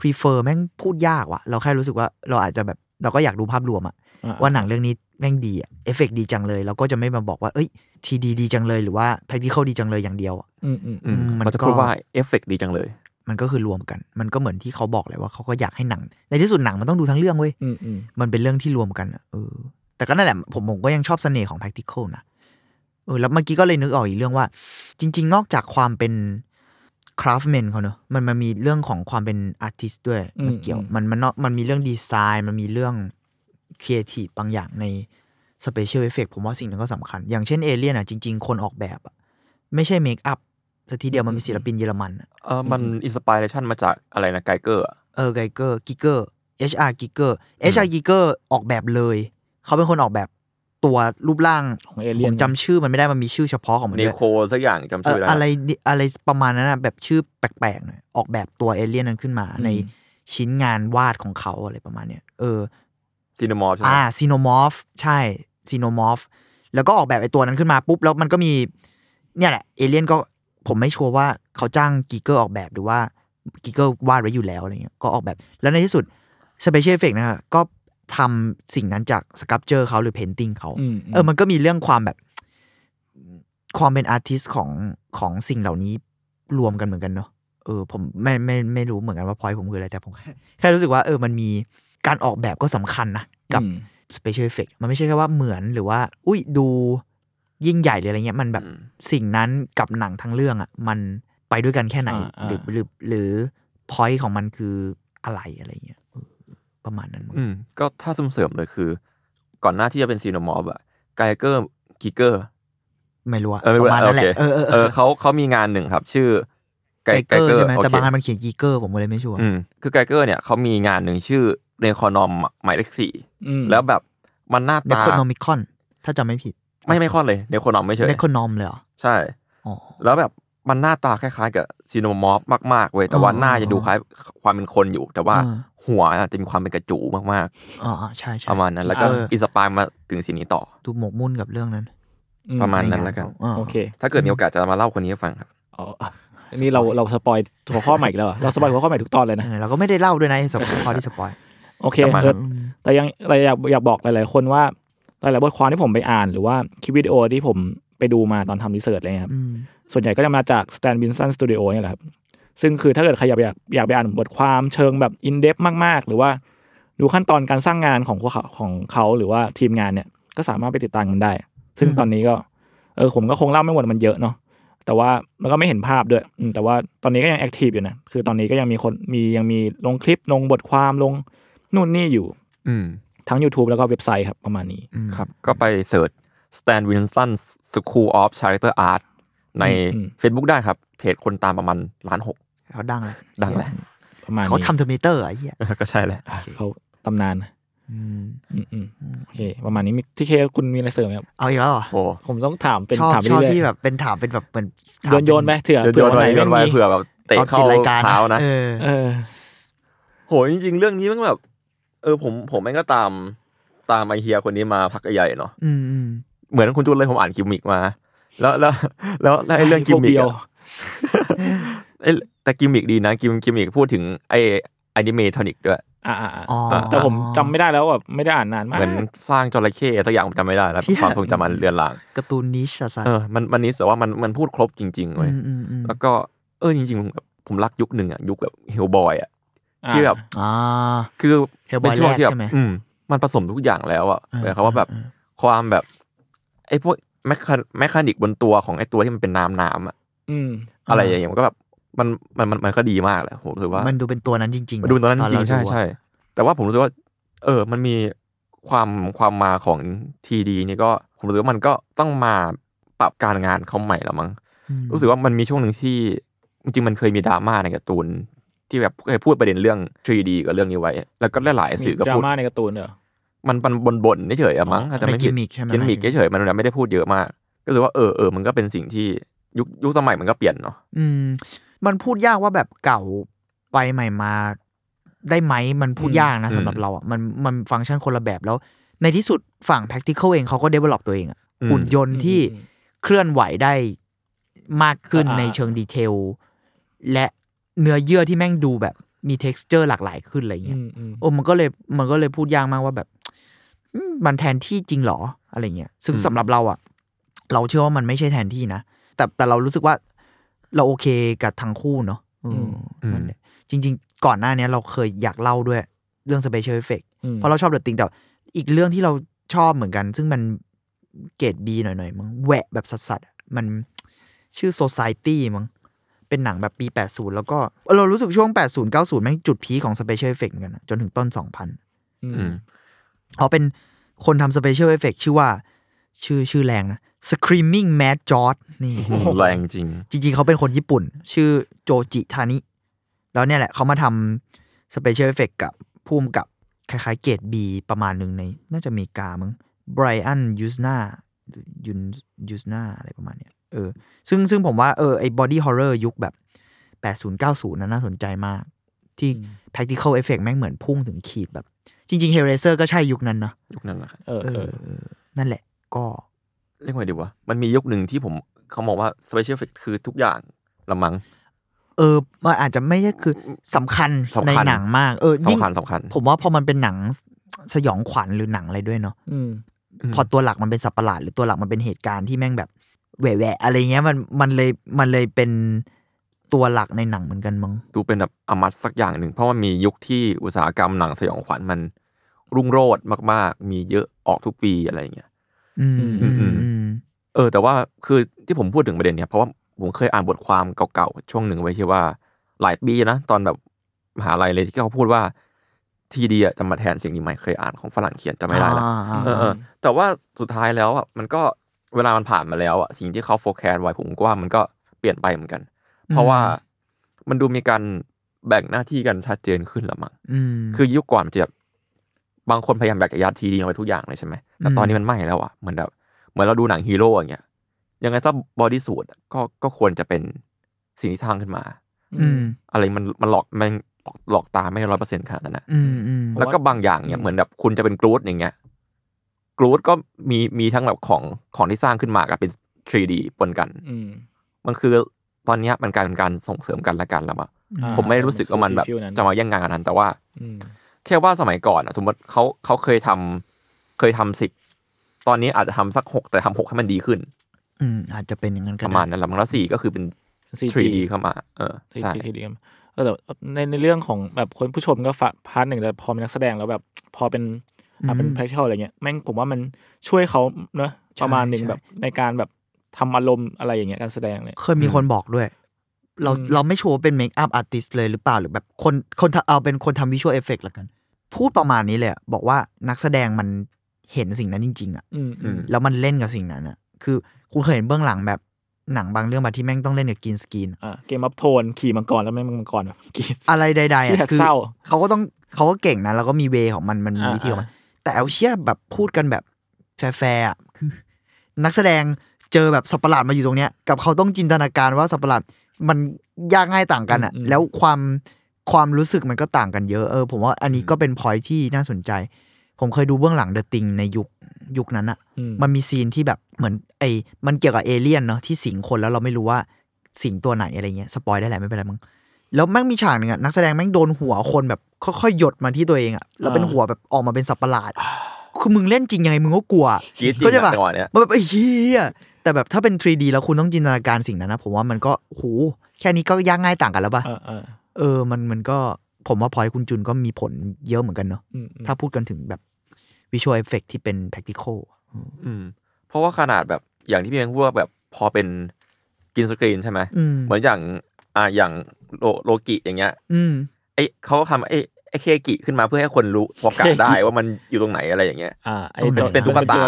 Speaker 5: prefer แม่งพูดยากว่ะ เราแค่รู้สึกว่าเราอาจจะแบบ เราก็อยากดูภาพรวมอะ
Speaker 3: อ่า
Speaker 5: ว่าหนังเรื่องนี้แม่งดีอะเอฟเฟกดีจังเลย เราก็จะไม่มาบอกว่าเอ้ยทีดีดีจังเลยหรือว่าแพ็กที่เข้าดีจังเลยอย่างเดียวอะ
Speaker 3: อืมอืม
Speaker 4: อืม
Speaker 5: อืมมัน
Speaker 4: เราจะพูด
Speaker 5: ก็
Speaker 4: ว่าเอฟเฟกต์ดีจังเลย
Speaker 5: มันก็คือรวมกัน มันก็เหมือนที่เขาบอกเลยว่าเขาก็อยากให้หนัง ในที่สุดหนังมันต้องดูทั้งเรื่องเว้ย
Speaker 3: อืมอืม
Speaker 5: มันเป็นเรื่องที่รวมกันอะเออ แต่ก็นั่นแหละ ผมผมก็ยังชอบเสน่ห์ของ practical นะ เออ แล้วเมื่อกี้ก็เลยนึกออกอีกเรื่องว่า จริง ๆ นอกจากความเป็น craftsman เขาเนอะมันมันมีเรื่องของความเป็น artist ด้วยมาเกี่ยว มันมันนอกมันมีเรื่องดีไซน์ มันมีเรื่อง creative บางอย่างใน special effect ผมว่าสิ่งนั้นก็สำคัญ อย่างเช่นเอเลียนอะจริง ๆ คนออกแบบอะไม่ใช่เมคอัพสักทีเดียวมันมีศิลปินเยอรมันอะ
Speaker 4: เออมันอินสปิเรชันมาจากอะไรนะไกเกอร์
Speaker 5: เออไกเกอร์กิเกอร์ HR กิเกอร์ HR กิเกอร์ออกแบบเลย เขาเป็นคนออกแบบตัวรูปร่าง
Speaker 3: ของเอเลี่ย
Speaker 5: ผ
Speaker 3: น
Speaker 5: มจำชื่อมันไม่ได้มันมีชื่อเฉพาะของมัน
Speaker 4: นิ
Speaker 5: ด้วย
Speaker 4: โคลสักอย่างจำชื่อ
Speaker 5: เอ
Speaker 4: ไม่
Speaker 5: อ
Speaker 4: ได้
Speaker 5: อะไรดิอะไรประมาณนั้นนะแบบชื่อแปลกๆหน่อยออกแบบตัวเอเลี่ยนนั้นขึ้นมา ในชิ้นงานวาดของเขาอะไรประมาณเนี้ยเออ
Speaker 4: ซีนมอร์ใช่ไหม
Speaker 5: อ่าซีโนมอร์ฟใช่ซีโนมอร์ฟแล้วก็ออกแบบไอ้ตัวนั้นขึ้นมาปุ๊บ แล้วมันก็มี เนี่ยแหละ เอเลี่ยนก็ผมไม่ชัวร์ว่าเขาจ้างกิเกอร์ออกแบบหรือว่ากิเกอร์วาดไว้อยู่แล้วอะไรเงี้ยก็ออกแบบแล้วในที่สุดสเปเชียลเอฟเฟกนะฮะก็ทำสิ่งนั้นจากสครับเจอร์เขาหรือเพนติงเขา
Speaker 3: อืม
Speaker 5: เออ มันก็มีเรื่องความแบบ ความเป็นอาร์ติสของของสิ่งเหล่านี้รวมกันเหมือนกันเนาะ เออ ผมไม่ไม่ไม่รู้เหมือนกันว่าพอยผมคืออะไร แต่ผม แค่รู้สึกว่าเออ มันมีการออกแบบก็สำคัญนะ กับ
Speaker 3: อืม
Speaker 5: สเปเชียลเอฟเฟกมันไม่ใช่แค่ว่าเหมือนหรือว่า อุ้ยดูยิ่งใหญ่หรืออะไรเงี้ย มันแบบสิ่งนั้นกับหนังทั้งเรื่องอะ่ะ มันไปด้วยกันแค่ไหน หรือหรือหรือพอยของมันคืออะไรอะไรเงี้ยเออประมาณนั้นมั้ง
Speaker 4: อืมก็ถ้าสมเสริมเลยคือ ก่อนหน้าที่จะเป็นซีนมอร์อะไกเกอร์กิเกอร์
Speaker 5: ไม่รู้อะ
Speaker 4: เออไม่
Speaker 5: ป
Speaker 4: เป็
Speaker 5: ระ
Speaker 4: น
Speaker 5: มาณ
Speaker 4: ไร
Speaker 5: นั้นแหละ
Speaker 4: โอเค
Speaker 5: เออเออ
Speaker 4: เอ
Speaker 5: เอ
Speaker 4: อ
Speaker 5: อ
Speaker 4: เขาเขามีงานหนึ่งครับ ชื่อ
Speaker 5: ไกเกอร์ใช่ไหม
Speaker 4: โอเค
Speaker 5: แต่บางอันมันเขียนกีเกอร์ผมเลยไม่ชัวร์
Speaker 4: อืมคือไกเกอร์เนี่ยเขามีงานหนึ่งชื่อเรคอนอมหมายเลขสี่
Speaker 3: อืม
Speaker 4: แล้วแบบมันหน้า
Speaker 5: เน
Speaker 4: ตา
Speaker 5: คโนมิคอน ถ้าจำไม่ผิด
Speaker 4: ไม่ไม่ค่อนเลยเรคอนอมไม่เฉย
Speaker 5: เนคโนมเลยเหรอ
Speaker 4: ใช่
Speaker 5: อ๋อ
Speaker 4: แล้วแบบมันหน้าตาคล้ายๆ กับซีโนมอร์ฟมากๆเว้ยแต่ว่า
Speaker 5: อ๋อ
Speaker 4: หน้าจะดูคล้ายความเป็นคนอยู่ แต่ว่า
Speaker 5: อ่า
Speaker 4: หัวน่ะจะมีความเป็นกระจูมาก
Speaker 5: อ๋อใช่ใช่
Speaker 4: ๆ ประมาณนั้น แล้วก็
Speaker 3: เอออิ
Speaker 4: อินสปายมาถึงสีนี้ต่อ
Speaker 5: ดูหมกมุ่นกับเรื่องนั้น
Speaker 3: อื
Speaker 4: อประมาณนั้นแล้วกัน
Speaker 5: า
Speaker 3: โอเค
Speaker 4: ถ้าเกิดมีโอกาสจะมาเล่าคนนี้ให้ฟังครับ
Speaker 3: อ๋ออันนี่เราเราสปอยหัวข้อใหม่อีก แล้วเหรอเราสปอยหัวข้อใหม่ทุกตอนเลยนะ
Speaker 5: เออเราก็ไม่ได้เล่าด้วยนะไอ้สปอยที่สปอย
Speaker 3: โอเค
Speaker 4: ประมาณ
Speaker 3: เอ
Speaker 4: นั้
Speaker 3: อน แต่ยังแต่อยากอยากบอกหลาย ๆ คนว่าหลาย ๆ บทความที่ผมไปอ่าน หรือว่าคลิปวิดีโอที่ผมไปดูมาตอนทำรีเสิร์ชอะไรเงี้ยครับ
Speaker 5: อืม
Speaker 3: ส่วนใหญ่ก็จะมาจากสแตนบินสันสตูดิโอเนี่ยแหละครับ ซึ่งคือถ้าเกิดใครอยากอยากอยากไปอ่านบทความเชิงแบบอินเด h มาก ๆ หรือว่าดูขั้นตอนการสร้างงานของพวกเขาของเขาหรือว่าทีมงานเนี่ยก็สามารถไปติดตามมันได้ ซึ่งตอนนี้ก็เออผมก็คงเล่าไม่หมดมันเยอะเนาะแต่ว่าแล้วก็ไม่เห็นภาพด้วยอืมแต่ว่าตอนนี้ก็ยังแอคทีฟอยู่นะคือตอนนี้ก็ยังมีคนมียังมีลงคลิปลงบทความลงนู่นนี่อยู่
Speaker 4: อืม
Speaker 3: ทั้ง YouTube แล้วก็เว็บไซต์ครับ ประมาณนี้
Speaker 4: ครับก็ไปเสิร์ช Stan Winston School of Character Art ใน
Speaker 3: อืม
Speaker 4: Facebook ได้ครับ เพจคนตามประมาณล้านหก
Speaker 5: เขาดังแล้ว
Speaker 4: ดังแหละ
Speaker 3: ประมาณนี้
Speaker 5: เขาทำเทอร์มิเตอร์อ่ะไอ้เหี้ย
Speaker 4: ก็ใช่แหละ
Speaker 3: เขาตำนานนะอืมอืมโอเค ประมาณนี้มีที่เคคุณมีอะไรเสริมไหมครับ
Speaker 5: เอาอีกแล้วเหรอ
Speaker 4: โอ้
Speaker 3: ผมต้องถามเป็น
Speaker 5: ชอบ
Speaker 3: ถามไป
Speaker 5: ชอบ
Speaker 3: เรื่อย
Speaker 5: ที่แบบเป็นถามเป็นแบบเหมือนถา
Speaker 3: โยนโยนๆไปเถื่อ
Speaker 4: โยน
Speaker 3: เผื่อ
Speaker 4: ไว้
Speaker 3: วั
Speaker 4: โยน
Speaker 3: แม่
Speaker 4: ไว้
Speaker 3: งมี
Speaker 4: เผื่อแบบเตะ
Speaker 5: ตอน
Speaker 4: เข้า
Speaker 5: ปิดรายการ
Speaker 4: เท้านะ
Speaker 5: เออ
Speaker 3: เออ
Speaker 4: โหจริง ๆ เรื่องนี้มันแบบ เออผมผมแม่งก็ตามตามไอเฮียคนนี้มาพักใหญ่ๆเนาะ
Speaker 5: อืมอืม
Speaker 4: เหมือนคุณจูนเลยผมอ่านกิมมิกมา แล้วแล้วแล้วแล้วไอเรื่องกิมมิ
Speaker 3: พวก
Speaker 4: ก
Speaker 3: เดียว
Speaker 4: อะเอ้ยแต่กิมมิกดีนะกิมกิมมิกพูดถึงไออนิเมทอนิกด้วย
Speaker 3: อ่าๆๆ
Speaker 5: อ๋อ
Speaker 3: แต่ผมจำไม่ได้แล้วแบบไม่ได้อ่านนานมา
Speaker 4: เห
Speaker 3: ก
Speaker 4: มือนสร้างจระเข้สักอย่างผมจำไม่ได้แล้วความทรงจำมันเลือนลาง
Speaker 5: การ์ตูนนิชอะสัต
Speaker 4: เอ
Speaker 5: ว์
Speaker 4: อ มัน มันนี้แต่ว่ามัน มันพูดครบจริงๆเลย
Speaker 5: มอืมอืม
Speaker 4: แล้วก็ เออ จริงๆแบบผมรักยุคหนึ่งอ่ะ ยุคแบบเฮลบอยอ่ะ ที่แบบ
Speaker 5: อ่า
Speaker 4: คือเป็น
Speaker 5: Hellboy
Speaker 4: ช่วงที่แบ
Speaker 5: แรกใช่
Speaker 4: บ
Speaker 5: ไหม
Speaker 4: อืม มันผสมทุกอย่างแล้วอ่ะหมายความว่าแบบ ความแบบ ไอ้พวกแมคแมคานิกบนตัวของไอ้ตัวที่มันเป็นน้ำน้ำอะ
Speaker 3: อืม
Speaker 4: อะไรอย่างเงี้ย มันก็แบบ มัน มัน มันมันก็ดีมากแหละ ผมรู้สึกว่า
Speaker 5: มันดูเป็นตัวนั้นจริงๆ
Speaker 4: มันดูตอนนั้นจริงๆใช่
Speaker 5: เา
Speaker 4: ใช่ แต่ว่าผมรู้สึกว่า เออ มันมีความความมาของทีดีนี่ก็ ผมรู้สึกว่ามันก็ต้องมาปรับการงานเขาใหม่ละมั้ง
Speaker 5: อืม
Speaker 4: รู้สึกว่ามันมีช่วงหนึ่งที่จริงๆมันเคยมีดราม่าในการ์ตูน ที่แบบเคยพูดประเด็นเรื่อง 3D กับเรื่องนี้ไว้ แล้วก็หลายๆสื่อก็
Speaker 3: ดรา
Speaker 4: พูด
Speaker 3: ม่าในการ์ตูนเหรอ
Speaker 4: มันมันบนๆเฉยๆอะมั้งอาจจะ
Speaker 5: ใน
Speaker 4: ไม่
Speaker 5: กิ
Speaker 4: ผิ
Speaker 5: ม
Speaker 4: ด
Speaker 5: มิกใช่ไหม
Speaker 4: กิมมิกเฉยๆมันไม่ได้พูดเยอะมาก ก็รู้สึกว่าเออเออมันก็เป็นสิ่งที่ยุคยุคสมัยมันก็เปลี่ยนเนาะ
Speaker 5: อืมมันพูดยากว่าแบบเก่าไปใหม่มา ได้ไหมมันพูด
Speaker 3: อืม
Speaker 5: ยากนะสำหรับเราอ่ะมันมันฟังก์ชันคนละแบบแล้ว ในที่สุดฝั่ง practical เองเขาก็ develop ตัวเองอะหุ่นยนต์ที่
Speaker 3: อืม
Speaker 5: เคลื่อนไหวได้มากขึ้น
Speaker 3: อ่า
Speaker 5: ในเชิงดีเทล และเนื้อเยื่อที่แม่งดูแบบมี t e x t อร์หลากหลายขึ้นอะไร
Speaker 3: อื
Speaker 5: เงี้ย
Speaker 3: มอืม
Speaker 5: โอ้มันก็เลยมันก็เลยพูดยากมากว่าแบบอืมมันแทนที่จริงเหรออะไรเงี้ยซึ่งสำหรับเราอะเราเชื่อว่ามันไม่ใช่แทนที่นะ แต่แต่เรารู้สึกว่าเราโอเคกับทั้งคู่เนาะอืมนั่นแหละจริง ๆ ก่อนหน้าเนี้ยเราเคยอยากเล่าด้วยเรื่อง Special Effect
Speaker 3: อืม
Speaker 5: เพราะเราชอบเดอะติงแต่อีกเรื่องที่เราชอบเหมือนกัน ซึ่งมันเกรดบีหน่อยๆมั้งแหวะแบบสัสๆอะมันชื่อ Society มั้งเป็นหนังแบบปี 80 แล้วก็ เรารู้สึกช่วง 80 90 แม่งจุดพีคของ Special Effect เหมือนกันนะจนถึงต้น 2000
Speaker 3: อืม
Speaker 4: อืม
Speaker 5: เขาเป็นคนทำ Special Effect ชื่อว่าชื่อชื่อแรงนะ Screaming Mad George นี่
Speaker 4: แรงจริง
Speaker 5: จริงๆ เขาเป็นคนญี่ปุ่น ชื่อโจจิทานิ แล้วเนี่ยแหละเขามาทำ สเปเชียลเอฟเฟกกับพุ่มกับคล้ายๆเกรดบีประมาณหนึ่งใน น่าจะอเมริกามั้งไบรอันยูสนายุนยูสนาอะไรประมาณเนี้ยเออซึ่งซึ่งผมว่าเออไอ้บอดี้ฮอร์เรอร์ยุคแบบ 80 90นั้นน่าสนใจมาก ที่ practical effect แม่งเหมือนพุ่งถึงขีดแบบ จริงๆ Hellraiser ก็ใช่ยุคนั้นเนอะ
Speaker 4: ยุคนั้นนะครับ
Speaker 3: เออ
Speaker 5: เอ
Speaker 3: เอ
Speaker 5: อ
Speaker 3: อ
Speaker 5: เออ นั่นแหละก็
Speaker 4: เรียกว่าไงดีวะมันมียุคหนึ่งที่ผมเขาบอกว่า special effect คือทุกอย่างละมัง
Speaker 5: เออมันอาจจะไม่ใช่คือสำคัญ
Speaker 4: สำคัญ
Speaker 5: ในหนังมาก เออยิ่ง
Speaker 4: สำคัญสำคัญ
Speaker 5: ผมว่าพอมันเป็นหนังสยองขวัญหรือหนังอะไรด้วยเนาะ
Speaker 3: อืม
Speaker 4: อืม
Speaker 5: พอตัวหลักมันเป็นสัตว์ประหลาดหรือตัวหลักมันเป็นเหตุการณ์ที่แม่งแบบแหวะแหวะอะไรเงี้ยมันมันเลยมันเลยเป็นตัวหลักในหนังเหมือนกันมั้ง
Speaker 4: ดูเป็นแบบอมตะสักอย่างหนึ่ง เพราะว่ามียุคที่อุตสาหกรรมหนังสยองขวัญมัน รุ่งโรจน์มาก ๆ มีเยอะออกทุกปีอะไรอย่างเงี้ย
Speaker 5: อืม
Speaker 4: อืมอืม
Speaker 5: อืม
Speaker 4: เออแต่ว่าคือที่ผมพูดถึงประเด็นเนี่ยเพราะว่าผมเคยอ่านบทความเก่าๆ ช่วงหนึ่งไว้ที่ว่าหลายปีนะ ตอนแบบมหาลัยเลยที่เขาพูดว่าทีดีอะจะมาแทนสิ่งนี้ไหมเคยอ่านของฝรั่งเขียนจะไม่ได้ละ
Speaker 5: อ่าอ่า
Speaker 4: เออเออแต่ว่าสุดท้ายแล้วอ่ะมันก็เวลามันผ่านมาแล้วอ่ะสิ่งที่เขาโฟกัสไว้ผมก็ว่ามันก็เปลี่ยนไปเหมือนกัน เพราะว่ามันดูมีการแบ่งหน้าที่กันชัดเจนขึ้นละมั้ง
Speaker 5: อืม
Speaker 4: คือยุคก่อนมันจะแบบบางคนพยายามอยากจะยัดทีดีเอาไปทุกอย่างเลยใช่ไหมแต่ตอน
Speaker 5: อืม
Speaker 4: นี้มันไม่แล้วอ่ะเหมือนแบบเหมือนเราดูหนังฮีโร่อย่างเงี้ยยังไงถ้าบอดี้สูทก็ก็ควรจะเป็นสิ่งที่ทางขึ้นมา
Speaker 5: อืม
Speaker 4: อะไรมันมันหลอกมันหลอกหลอกตาไม่ร้อยเปอร์เซ็นต์ขนาดนั้นนะ
Speaker 5: อืมอืม
Speaker 4: แล้วก็บางอย่าง
Speaker 3: อื
Speaker 4: เนี่ย
Speaker 3: ม
Speaker 4: เหมือนแบบคุณจะเป็นกรูดอย่างเงี้ยกรูดก็มีมีทั้งแบบของของที่สร้างขึ้นมากับเป็น 3D ปนกัน
Speaker 3: อืม
Speaker 4: มันคือตอนเนี้ยมันกลายเป็นการส่งเสริมกันและกันแล้วอะ
Speaker 3: อ่า
Speaker 4: ผมไม่ได้รู้สึกว่ามันแบบ
Speaker 3: คือฟีลนั้น
Speaker 4: จะมาแย่งงานกันนั้น แต่ว่า
Speaker 3: อืม
Speaker 4: แค่ว่าสมัยก่อนอะสมมติเขาเขาเคยทำเคยทำสิบตอนนี้อาจจะทำสักหกแต่ทำหกให้มันดีขึ้น
Speaker 5: อืมอาจจะเป็นอย่างนั้นก็
Speaker 4: ป
Speaker 5: ได้
Speaker 4: ระมาณนั้นแหละมั้งแล้วสี่ก็คือเป็น
Speaker 3: CG
Speaker 4: 3D เข้ามา เออ
Speaker 3: ที่
Speaker 4: ใช่
Speaker 3: ที่ที่ดีกันเออแต่ในในเรื่องของแบบคนผู้ชมก็ฟะพาร์ทหนึ่งแต่พอเป็นนักแสดงแล้วแบบ พอเป็นอ่ะเป็น practical อะไรเงี้ยแม่งผมว่ามันช่วยเขาเนอะประมาณหนึ่งแบบในการแบบทำอารมณ์อะไรอย่างเงี้ยการแสดงเลย
Speaker 5: เคยมีคนบอกด้วย เรา
Speaker 3: อืม
Speaker 5: เราไม่ชัวร์ว่าเป็นเมคอัพอาร์ติสเลยหรือเปล่าหรือแบบคนคนทำเอาเป็นคนทำวิชวลเอฟเฟกต์ละกัน พูดประมาณนี้เลยอะบอกว่านักแสดงมันเห็นสิ่งนั้นจริง ๆอะ
Speaker 3: อืมอืม
Speaker 5: แล้วมันเล่นกับสิ่งนั้นอะคือคุณเคยเห็นเบื้องหลังแบบหนังบางเรื่องมาที่แม่งต้องเล่นกับกรีนสกรีนอะ
Speaker 3: อ่าเกมอัพโทนขี่มังกรแล้วแม่งมังกรแบบกรีด
Speaker 5: อะไรใดๆ
Speaker 3: เชี่
Speaker 5: อะ
Speaker 3: ย
Speaker 5: คื
Speaker 3: เศร้า
Speaker 5: เขาก็ต้องเขาก็เก่งนะแล้วก็มีเวของมันมันมี
Speaker 3: อ่า
Speaker 5: วิธีของมัน
Speaker 3: อ่
Speaker 5: แต่เอาเชี่ยแบบพูดกันแบบแฟร์ๆอะ คือ นักแสดงเจอแบบสัตว์ประหลาดมาอยู่ตรงเนี้ยกับเขาต้องจินตนาการว่าสัตว์ประหลาดมันยากง่ายต่างกันอะ
Speaker 3: อืม
Speaker 5: แล้วความความรู้สึกมันก็ต่างกันเยอะเออผมว่าอันนี้ก็เป็นพอยที่น่าสนใจ ผมเคยดูเบื้องหลังเดอะติงในยุคยุคนั้นอะ
Speaker 3: อืม
Speaker 5: มันมีซีนที่แบบเหมือนไอ้มันเกี่ยวกับเอเลี่ยนเนาะที่สิงคนแล้วเราไม่รู้ว่าสิงตัวไหนอะไรเงี้ยสปอยได้แหละไม่เป็นไรมึงแล้วแม่งมีฉากหนึ่งอะนักแสดงแม่งโดนหัวคนแบบค่อยๆหยดมาที่ตัวเองอะแล้วเป็นหัวแบบออกมาเป็นสัตว์ประหลาด คือมึงเล่นจริงยังไงมึงก็กลัว
Speaker 4: กรี๊ดจริง
Speaker 5: เข้าใจ
Speaker 4: อะ
Speaker 5: ปะ
Speaker 4: จังหวะเนี้ย
Speaker 5: มันแบบไอ้เหี้ยแต่แบบถ้าเป็น 3D แล้วคุณต้องจินตนาการสิ่งนั้นนะ ผมว่ามันก็โหแค่นี้ก็ยากง่ายต่างกันแล้วปะ
Speaker 3: เออเออ
Speaker 5: เออมันมันก็ผมว่าพอยคุณจุนก็มีผลเยอะเหมือนกันเนาะ
Speaker 3: อืมอืม
Speaker 5: ถ้าพูดกันถึงแบบวิชวลเอฟเฟกที่เป็น practical
Speaker 4: อืมเพราะว่าขนาดแบบอย่างที่พี่เมงพูดว่าแบบพอเป็นกินสกรีนใช่ไหม
Speaker 5: อืม
Speaker 4: เหมือนอย่างอ่าอย่างโลโลกิอย่างเงี้ย
Speaker 5: อืม
Speaker 4: ไอเขาก็ทำไอไอเคกิขึ้นมาเพื่อให้คนรู้พบกันได้ ว่ามันอยู่ตรงไหนอะไรอย่างเงี้ย
Speaker 3: อ่าไอ
Speaker 5: ตรงไหน
Speaker 3: จ
Speaker 4: เป็นตุ๊กตา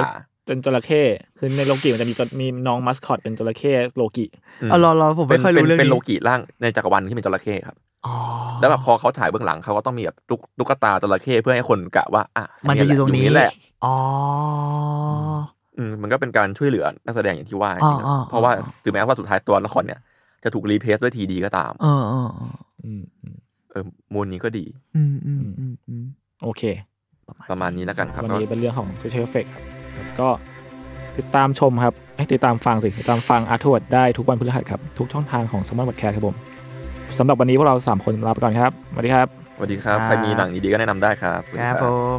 Speaker 3: เป็นจระเข้คือในโลกิมันจะมีตัวมีน้องมัสคอตเป็นจระเข้โลกิ
Speaker 4: อืม
Speaker 5: เอารอรอผมไม่ค่อยรู้เรื่อง
Speaker 4: เป็น
Speaker 5: นี้
Speaker 4: โลกิร่างในจักรวาลที่เป็นจระเข้ครับ
Speaker 5: อ๋อ
Speaker 4: แล้วแบบพอเขาถ่ายเบื้องหลังเขาก็ต้องมีแบบตุ๊กตุ๊กตาจระเข้เพื่อให้คนกะว่าอ่ะ
Speaker 5: มันจะอยู่ตรงนี้
Speaker 4: แหละ
Speaker 5: อ๋อ
Speaker 4: อืมมันก็เป็นการช่วยเหลือนักแสดงอย่างที่ว่า
Speaker 5: อ๋ออ๋อ
Speaker 4: เพราะว่าถึงแม้ว่าสุดท้ายตัวละครเนี่ยจะถูกรีเพสด้วยทีดีก็ตาม
Speaker 5: เออเออเออ
Speaker 3: อืมอืม
Speaker 4: เออมูลนี้ก็ดี
Speaker 5: อืมอืมอืมอืม
Speaker 3: โอเค
Speaker 4: ประมาณนี้แล้วกันครับ
Speaker 3: วัน
Speaker 4: ก็
Speaker 3: นี้เป็นเรื่องของ Social Effect ครับก็ติดตามชมครับเอ้ยติดตามฟังสิ ติดตามฟังอาร์ทวดได้ทุกวันพฤหัสครับ ทุกช่องทางของสม o ร์ทบัตแคร์ครับผมสำหรับวันนี้พวกเรา 3 คนลาไปก่อนครับสวัสดีครับ
Speaker 4: สวัสดีครับ ใครมีหนังดีๆก็แนะนำได้ครับ
Speaker 5: ครับผม